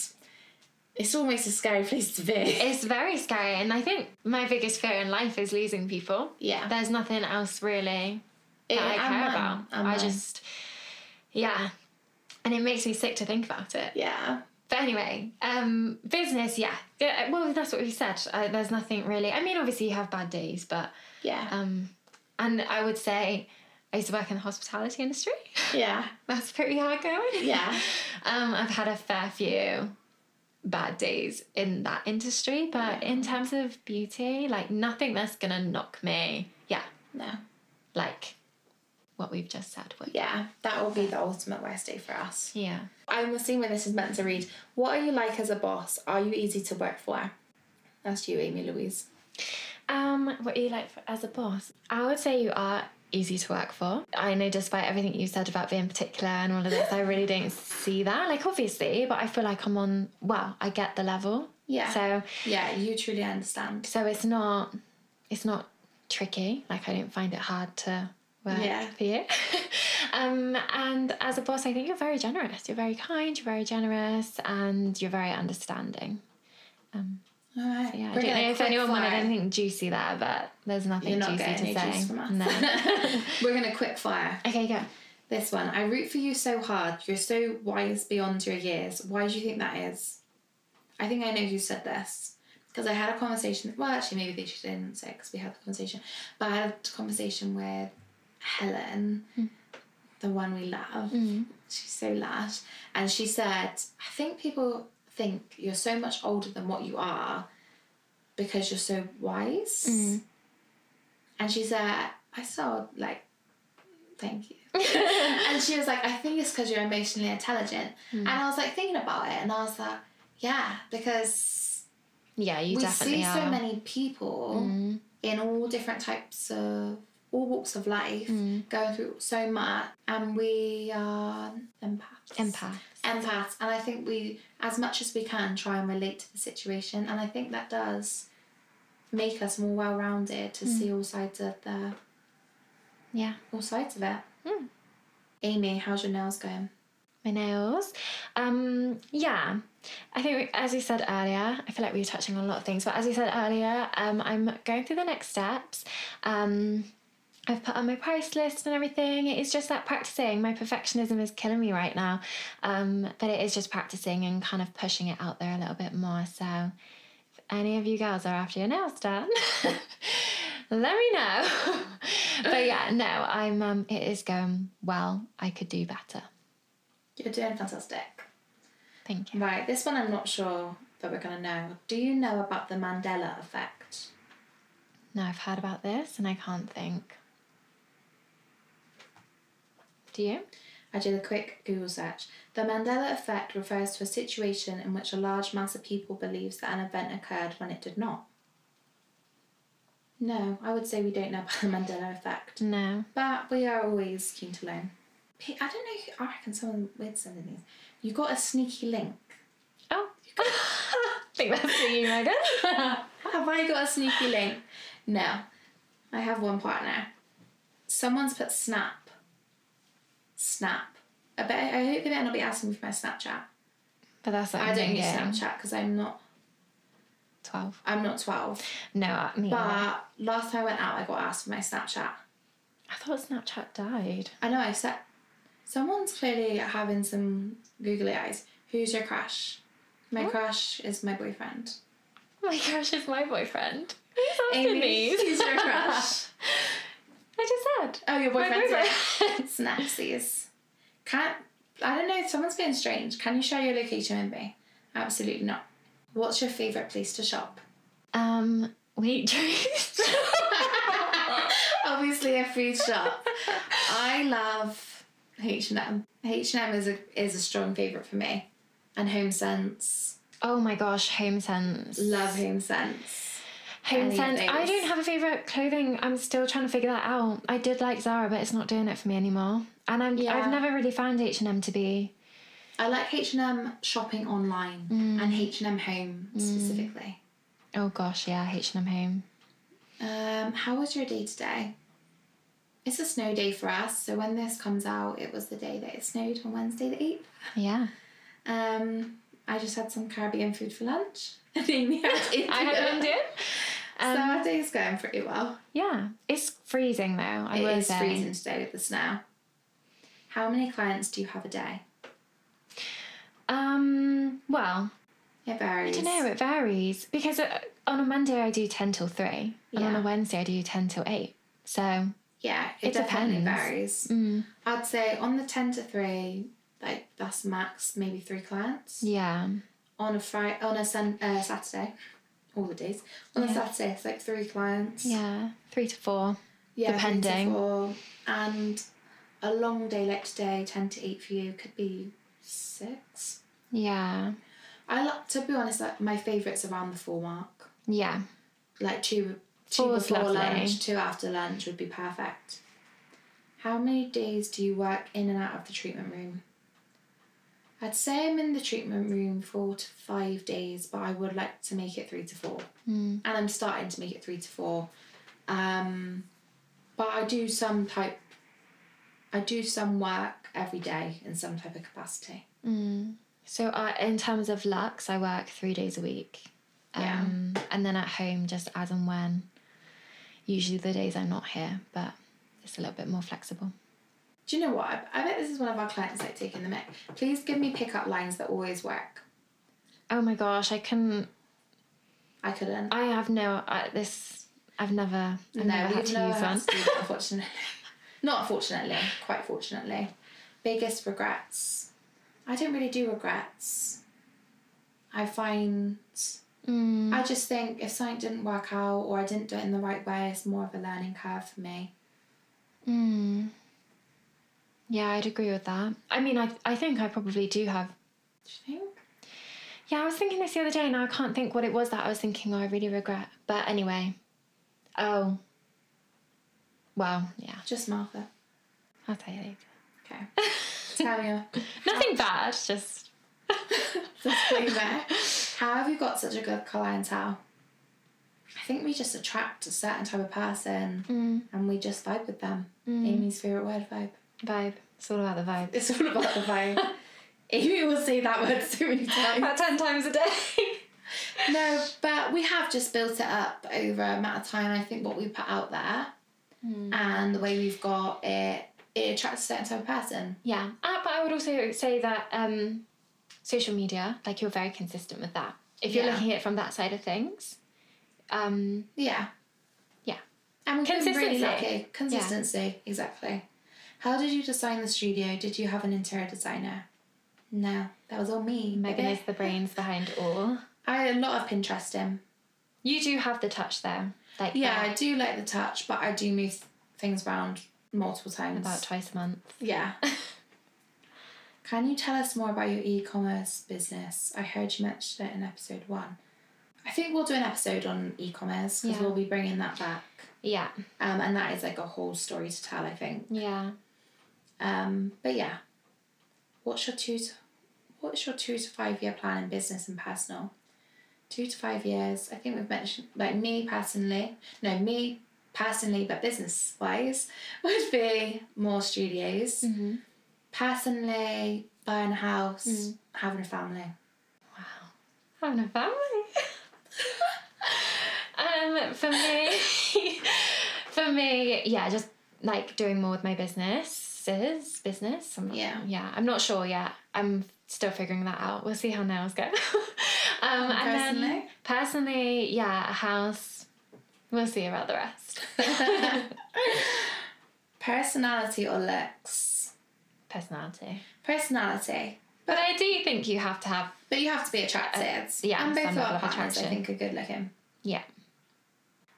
it's almost a scary place to be.
It's very scary, and I think my biggest fear in life is losing people.
yeah.
There's nothing else really that
It-
I
and
care
mine,
about.
and
I
mine.
just, yeah. And it makes me sick to think about it.
Yeah.
But anyway, um, business, yeah. yeah. Well, that's what we said. Uh, there's nothing really. I mean, obviously, you have bad days, but.
Yeah.
Um, and I would say I used to work in the hospitality industry. [LAUGHS]
yeah.
that's pretty hard going.
Yeah.
Um, I've had a fair few bad days in that industry, but in terms of beauty, like nothing that's gonna knock me. Yeah,
No.
like what we've just said. would.
Yeah. That will be the ultimate worst day for us.
Yeah.
I'm assuming this is meant to read What are you like as a boss? Are you easy to work for? That's you, Amy Louise.
Um, what are you like for, as a boss? I would say you are easy to work for. I know, despite everything you said about being particular and all of this, I really don't see that. Like, obviously, but I feel like I'm on. Well, I get the level.
Yeah.
So,
Yeah, you truly understand.
so it's not, it's not tricky. Like, I don't find it hard to work
Yeah.
for you. [LAUGHS] um, and as a boss, I think you're very generous. You're very kind. You're very generous, and you're very understanding. Um,
All right.
Yeah, I
Bring
don't
it
know
a
if
quick
anyone wanted
fire.
anything juicy there, but there's nothing
You're not
juicy
getting
to
any
say.
juice from us. [LAUGHS]
No.
We're gonna quick fire.
okay, go.
This one. I root for you so hard. You're so wise beyond your years. Why do you think that is? I think I know who said this. Because I had a conversation. Well, actually, maybe they should didn't say because we had the conversation. But I had a conversation with Helen, the one we love. She's so lash. And she said, I think people think you're so much older than what you are because you're so wise. And she said, I saw, like, thank you. and she was like, I think it's because you're emotionally intelligent.
Hmm.
And I was like, thinking about it, and I was like, yeah, because
Yeah, you
we
definitely
see
are. Hmm. Mm,
so many people in all different types of all walks of life
Hmm.
going through so much and we are empaths
Empaths.
empaths and i think we as much as we can try and relate to the situation and i think that does make us more well-rounded
Hmm.
to see all sides of the
Yeah.
all sides of it
Mm.
amy how's your nails going
my nails. Um, yeah, I think we, as we said earlier, I feel like we were touching on a lot of things, but as we said earlier, um, I'm going through the next steps. Um, I've put on my price list and everything. It is just that practicing. My perfectionism is killing me right now, um, but it is just practicing and kind of pushing it out there a little bit more. So, if any of you girls are after your nails done, [LAUGHS] let me know. [LAUGHS] but yeah, no, I'm. Um, it is going well. I could do better.
you're doing fantastic
Thank you.
right this one i'm not sure that we're going to know do you know about the mandela effect
Now I've heard about this and I can't think. Do you?
I did a quick Google search. The Mandela effect refers to a situation in which a large mass of people believes that an event occurred when it did not. No, I would say we don't know about the Mandela effect,
No.
but we are always keen to learn. P- I don't know, who, I reckon someone weird sending these. You got a sneaky link.
Oh. I [LAUGHS] think that's for you, [LAUGHS] Megan.
Have I got a sneaky link? No, I have one partner. Someone's put snap. Snap. I bet I hope they better not be asking me for my Snapchat.
But that's what
I
I'm
don't use
thinking.
Snapchat because I'm not
12.
I'm not twelve.
No, I mean,
But
I
last time I went out, I got asked for my Snapchat.
thought Snapchat died.
I know I said someone's clearly having some googly eyes. Who's your crush? My crush is my boyfriend.
[LAUGHS] Oh my gosh, it's my boyfriend. Who's asking
Amy,
these? [LAUGHS]
[LAUGHS] who's your crush?
I just said.
Oh, your
My
boyfriend's
boyfriend.
[LAUGHS] Snapsies. Can't. I don't know. if Someone's being strange. Can you share your location with me? Absolutely not. What's your favorite place to shop?
um, wait, Drews.
Obviously a food [LAUGHS] shop. I love H and M. H and M is a is a strong favorite for me, and Home Sense.
[LAUGHS] oh my gosh, Home Sense.
Love Home Sense.
Home
any of
Sense. I
those.
don't have a favourite clothing. I'm still trying to figure that out. I did like Zara, but it's not doing it for me anymore. And I'm,
Yeah.
I've never really found H&M to be...
I like H and M shopping online and H and M Home specifically.
Oh gosh, yeah, H&M Home.
Um, how was your day today? It's a snow day for us, so when this comes out, it was the day that it snowed on Wednesday the eighth.
Yeah.
Um, I just had some Caribbean food for lunch. [LAUGHS] And Amy had Indian.
I [LAUGHS] had Indian. Um,
so our day's going pretty well.
yeah. It's freezing though, I
It
will
is
say.
freezing today with the snow. How many clients do you have a day?
Um, well,
It varies.
I don't know, it varies. Because uh, on a Monday I do 10 till 3. And on
Yeah.
a Wednesday I do 10 till 8. So,
Yeah, it,
It
definitely
depends.
varies.
mm,
I'd say on the 10 to 3, like that's max maybe three clients.
yeah.
On a Friday, on a sun, uh, Saturday, all the days. On a
Yeah.
Saturday, it's like three clients.
Yeah. Three to four.
yeah three to
depending.
four. And a long day like today, 10 to 8 for you, could be six.
Yeah.
I like, to be honest, like, my favourites around the four mark.
Yeah.
like two two
Four's
before
lovely.
lunch, two after lunch would be perfect. How many days do you work in and out of the treatment room? I'd say I'm in the treatment room four to five days, but I would like to make it three to four.
Mm.
And I'm starting to make it three to four. Um, but I do some type, I do some work every day in some type of capacity.
So, uh, in terms of Lux, I work three days a week.
Yeah.
Um, and then at home just as and when. Usually the days I'm not here, but it's a little bit more flexible.
Do you know what? I- I bet this is one of our clients like taking the mic. Please give me pickup lines that always work.
Oh my gosh, I can.
I couldn't.
I have no. I, this. I've never. I've
no,
never had
we've
to
never
use
had
one.
to do that, unfortunately. [LAUGHS] Not fortunately, quite fortunately. Biggest regrets. I don't really do regrets. I find
[LAUGHS] Mm,
I just think if something didn't work out or I didn't do it in the right way, it's more of a learning curve for me.
mm. Yeah, I'd agree with that. I mean, I I think I probably do have.
Do you think?
Yeah, I was thinking this the other day, and I can't think what it was that I was thinking. Oh, I really regret. But anyway. Oh. Well, yeah.
Just Martha.
I'll tell you later. [LAUGHS]
Okay. Tell you.
Nothing bad. Just.
Disclaimer. How have you got such a good clientele? I think we just attract a certain type of person
Mm,
and we just vibe with them.
Mm.
Amy's favourite word vibe.
vibe. It's all about the vibe.
It's all about
[LAUGHS]
the vibe. [LAUGHS] Amy will say that word so many times.
About ten times a day.
[LAUGHS] No, but we have just built it up over a amount of time. I think what we put out there
Hmm.
and the way we've got it, it attracts a certain type of person.
Yeah, uh, but I would also say that um, social media, like you're very consistent with that. If you're
Yeah.
looking at it from that side of things, um,
Yeah.
Yeah.
And we've been really
Consistency.
lucky. Consistency, exactly. How did you design the studio? Did you have an interior designer? No, that was all me.
Megan
baby.
is the brains behind all.
I had a lot of Pinterest in.
You do have the touch there, like
Yeah, I
that,
do like the touch, but I do move things around multiple times.
about twice a month.
yeah. Can you tell us more about your e-commerce business? I heard you mentioned it in episode one. I think we'll do an episode on e-commerce because
Yeah.
we'll be bringing that back,
Yeah,
um, and that is like a whole story to tell. I think.
yeah.
Um, but yeah, what's your two? To, what's your two to five year plan in business and personal? Two to five years. I think we've mentioned like me personally. No, me personally, but business wise [LAUGHS] would be more studios.
Mm-hmm.
Personally, buying a house,
Mm.
having a family.
Having a
[LAUGHS]
family. um, for
[LAUGHS]
me, for me, yeah, just like doing more with my businesses, business. I'm not-
Yeah.
yeah. I'm not sure yet. I'm still figuring that out. We'll see how nails go. [LAUGHS] um, and then
Personally?
personally, yeah, a house. We'll see about the
[LAUGHS]
rest. [LAUGHS]
Personality or looks?
Personality,
Personality.
but I do think you have to have
But you have to be attractive.
Uh, yeah,
and both
some
of
level
our
of
partners, I
attraction.
think, are good looking.
yeah.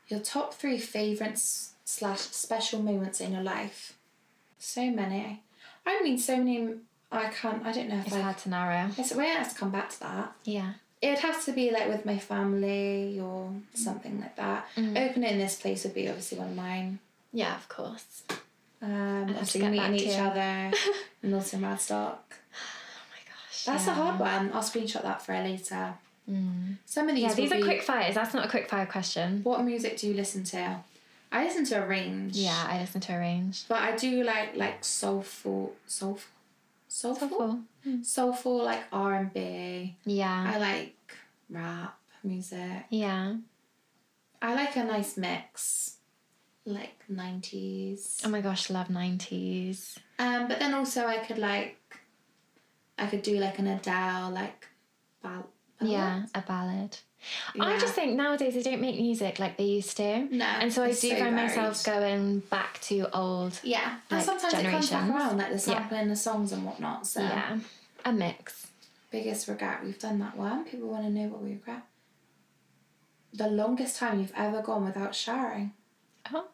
Your top three favourites slash special moments in your life. So many. I mean, so many. I can't. I don't know if
It's
I.
hard to narrow.
It's we have to come back to that.
Yeah.
It'd have to be like with my family or
Mm.
something like that. Opening this place would be obviously one of mine.
Yeah, of course.
Um,
to
obviously
get
meeting
back to
each
you. [LAUGHS]
other and also Radstock.
Oh my gosh.
That's
yeah.
a hard one. I'll screenshot that for later.
Mm.
Some of these.
Yeah, these
will
are
be-
quick fires. That's not a quick fire question.
What music do you listen to? I listen to a range.
Yeah, I listen to a range.
But I do like like soulful, soulful, soulful, soulful,
Helpful.
like R and B.
Yeah.
I like rap music.
Yeah.
I like a nice mix, like nineties.
Oh my gosh, love 90s.
Um, but then also I could like, I could do like an Adele like, ball- ballad.
Yeah, a ballad. I
Yeah.
just think nowadays they don't make music like they used to.
No,
And so I do
it's so
find myself
varied.
going back to old.
Yeah,
like,
and sometimes it comes back
generations.
around like the
Yeah.
sampling the songs and whatnot. So
Yeah. A mix.
Biggest regret. We've done that one. People want to know what we regret. The longest time you've ever gone without showering.
Oh,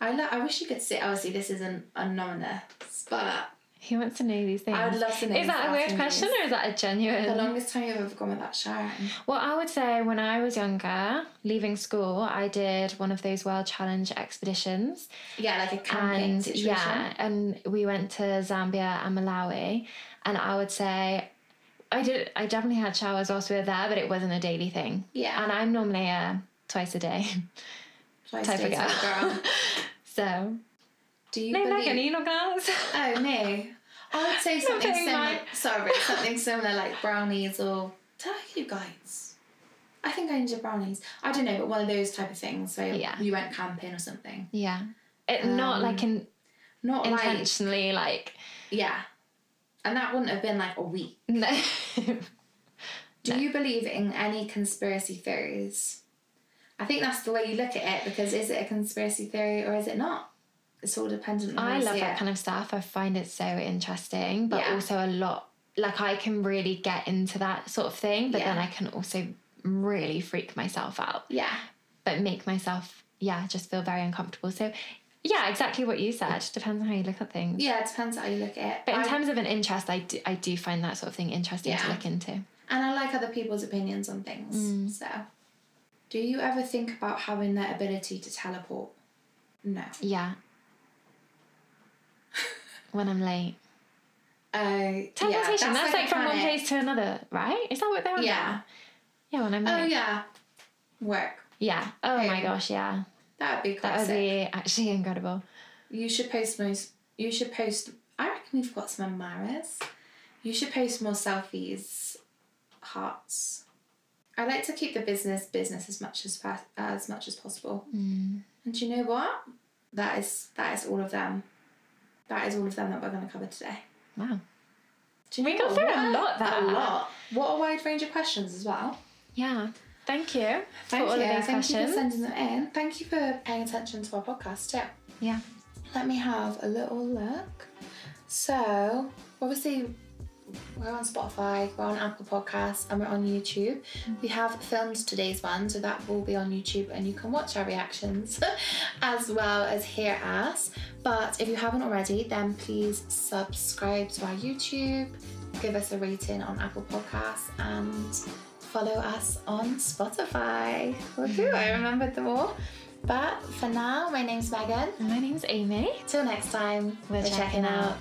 I lo- I wish you could see. Obviously, this isn't anonymous, but
who wants to know these things?
I would love to know.
Is that a weird
afternoons.
question or is that a
The
genuine?
longest time you've ever gone without showering.
Well, I would say when I was younger, leaving school, I did one of those World Challenge expeditions.
Yeah, like a camping
and
situation.
yeah, and we went to Zambia and Malawi, and I would say, I did. I definitely had showers whilst we were there, but it wasn't a daily thing.
Yeah.
and I'm normally a twice a day [LAUGHS]
Twice
type of
days with a
girl.
girl.
[LAUGHS] so
Do you
no,
believe?
Megan, you not girls.
[LAUGHS] Oh no. I would say something
Nothing [LAUGHS]
similar.
like-
Sorry, something similar like brownies or. Did I give you guys? I think I needed brownies. I don't know, but one of those type of things. So
Yeah.
you went camping or something.
Yeah. It not like in,
Not Um, like
intentionally like [LAUGHS]
yeah, and that wouldn't have been like a week.
no.
Do you believe in any conspiracy theories? I think that's the way you look at it because is it a conspiracy theory or is it not? It's all dependent on how
I
you
love
see
that
it.
kind of stuff. I find it so interesting, but
Yeah.
also a lot like I can really get into that sort of thing, but then
Yeah.
I can also really freak myself out,
Yeah,
but make myself yeah, just feel very uncomfortable. So yeah, exactly what you said. Depends on how you look at things.
yeah, it depends how you look at it.
But in
I-
terms of an interest, I do, I do find that sort of thing interesting to
Yeah.
look into.
and I like other people's opinions on things.
Mm.
So, do you ever think about having that ability to teleport? No. [LAUGHS]
Yeah. when I'm late.
Oh,
Teleportation,
yeah,
that's, like,
a
from one
planet.
place to another, Mm. right? Is that what they're on?
Yeah.
Yeah, when I'm
Oh
late.
yeah. Work.
yeah. Oh my
Okay.
gosh, yeah.
That would be
That
classic.
would be actually incredible.
You should post most. You should post. I reckon we've got some Maras. You should post more selfies, hearts. I like to keep the business business as much as fa- as much as possible.
Mm.
And do you know what? That is that is all of them. That is all of them that we're going to cover today.
Wow.
Do you
We
know
got
what?
through a lot that-
a lot. What a wide range of questions as well.
Yeah. Thank you
Thank
for all
you.
of these
Thank you
questions.
for sending them in. Thank you for paying attention to our podcast too.
yeah.
Let me have a little look. So, obviously, we're on Spotify, we're on Apple Podcasts, and we're on YouTube. We have filmed today's one, so that will be on YouTube, and you can watch our reactions [LAUGHS] as well as hear us. But if you haven't already, then please subscribe to our YouTube, give us a rating on Apple Podcasts, and follow us on Spotify. Woohoo,
Mm.
I remembered them all. But for now, my name's Megan.
My name's Amy.
Till next time,
We're checking out.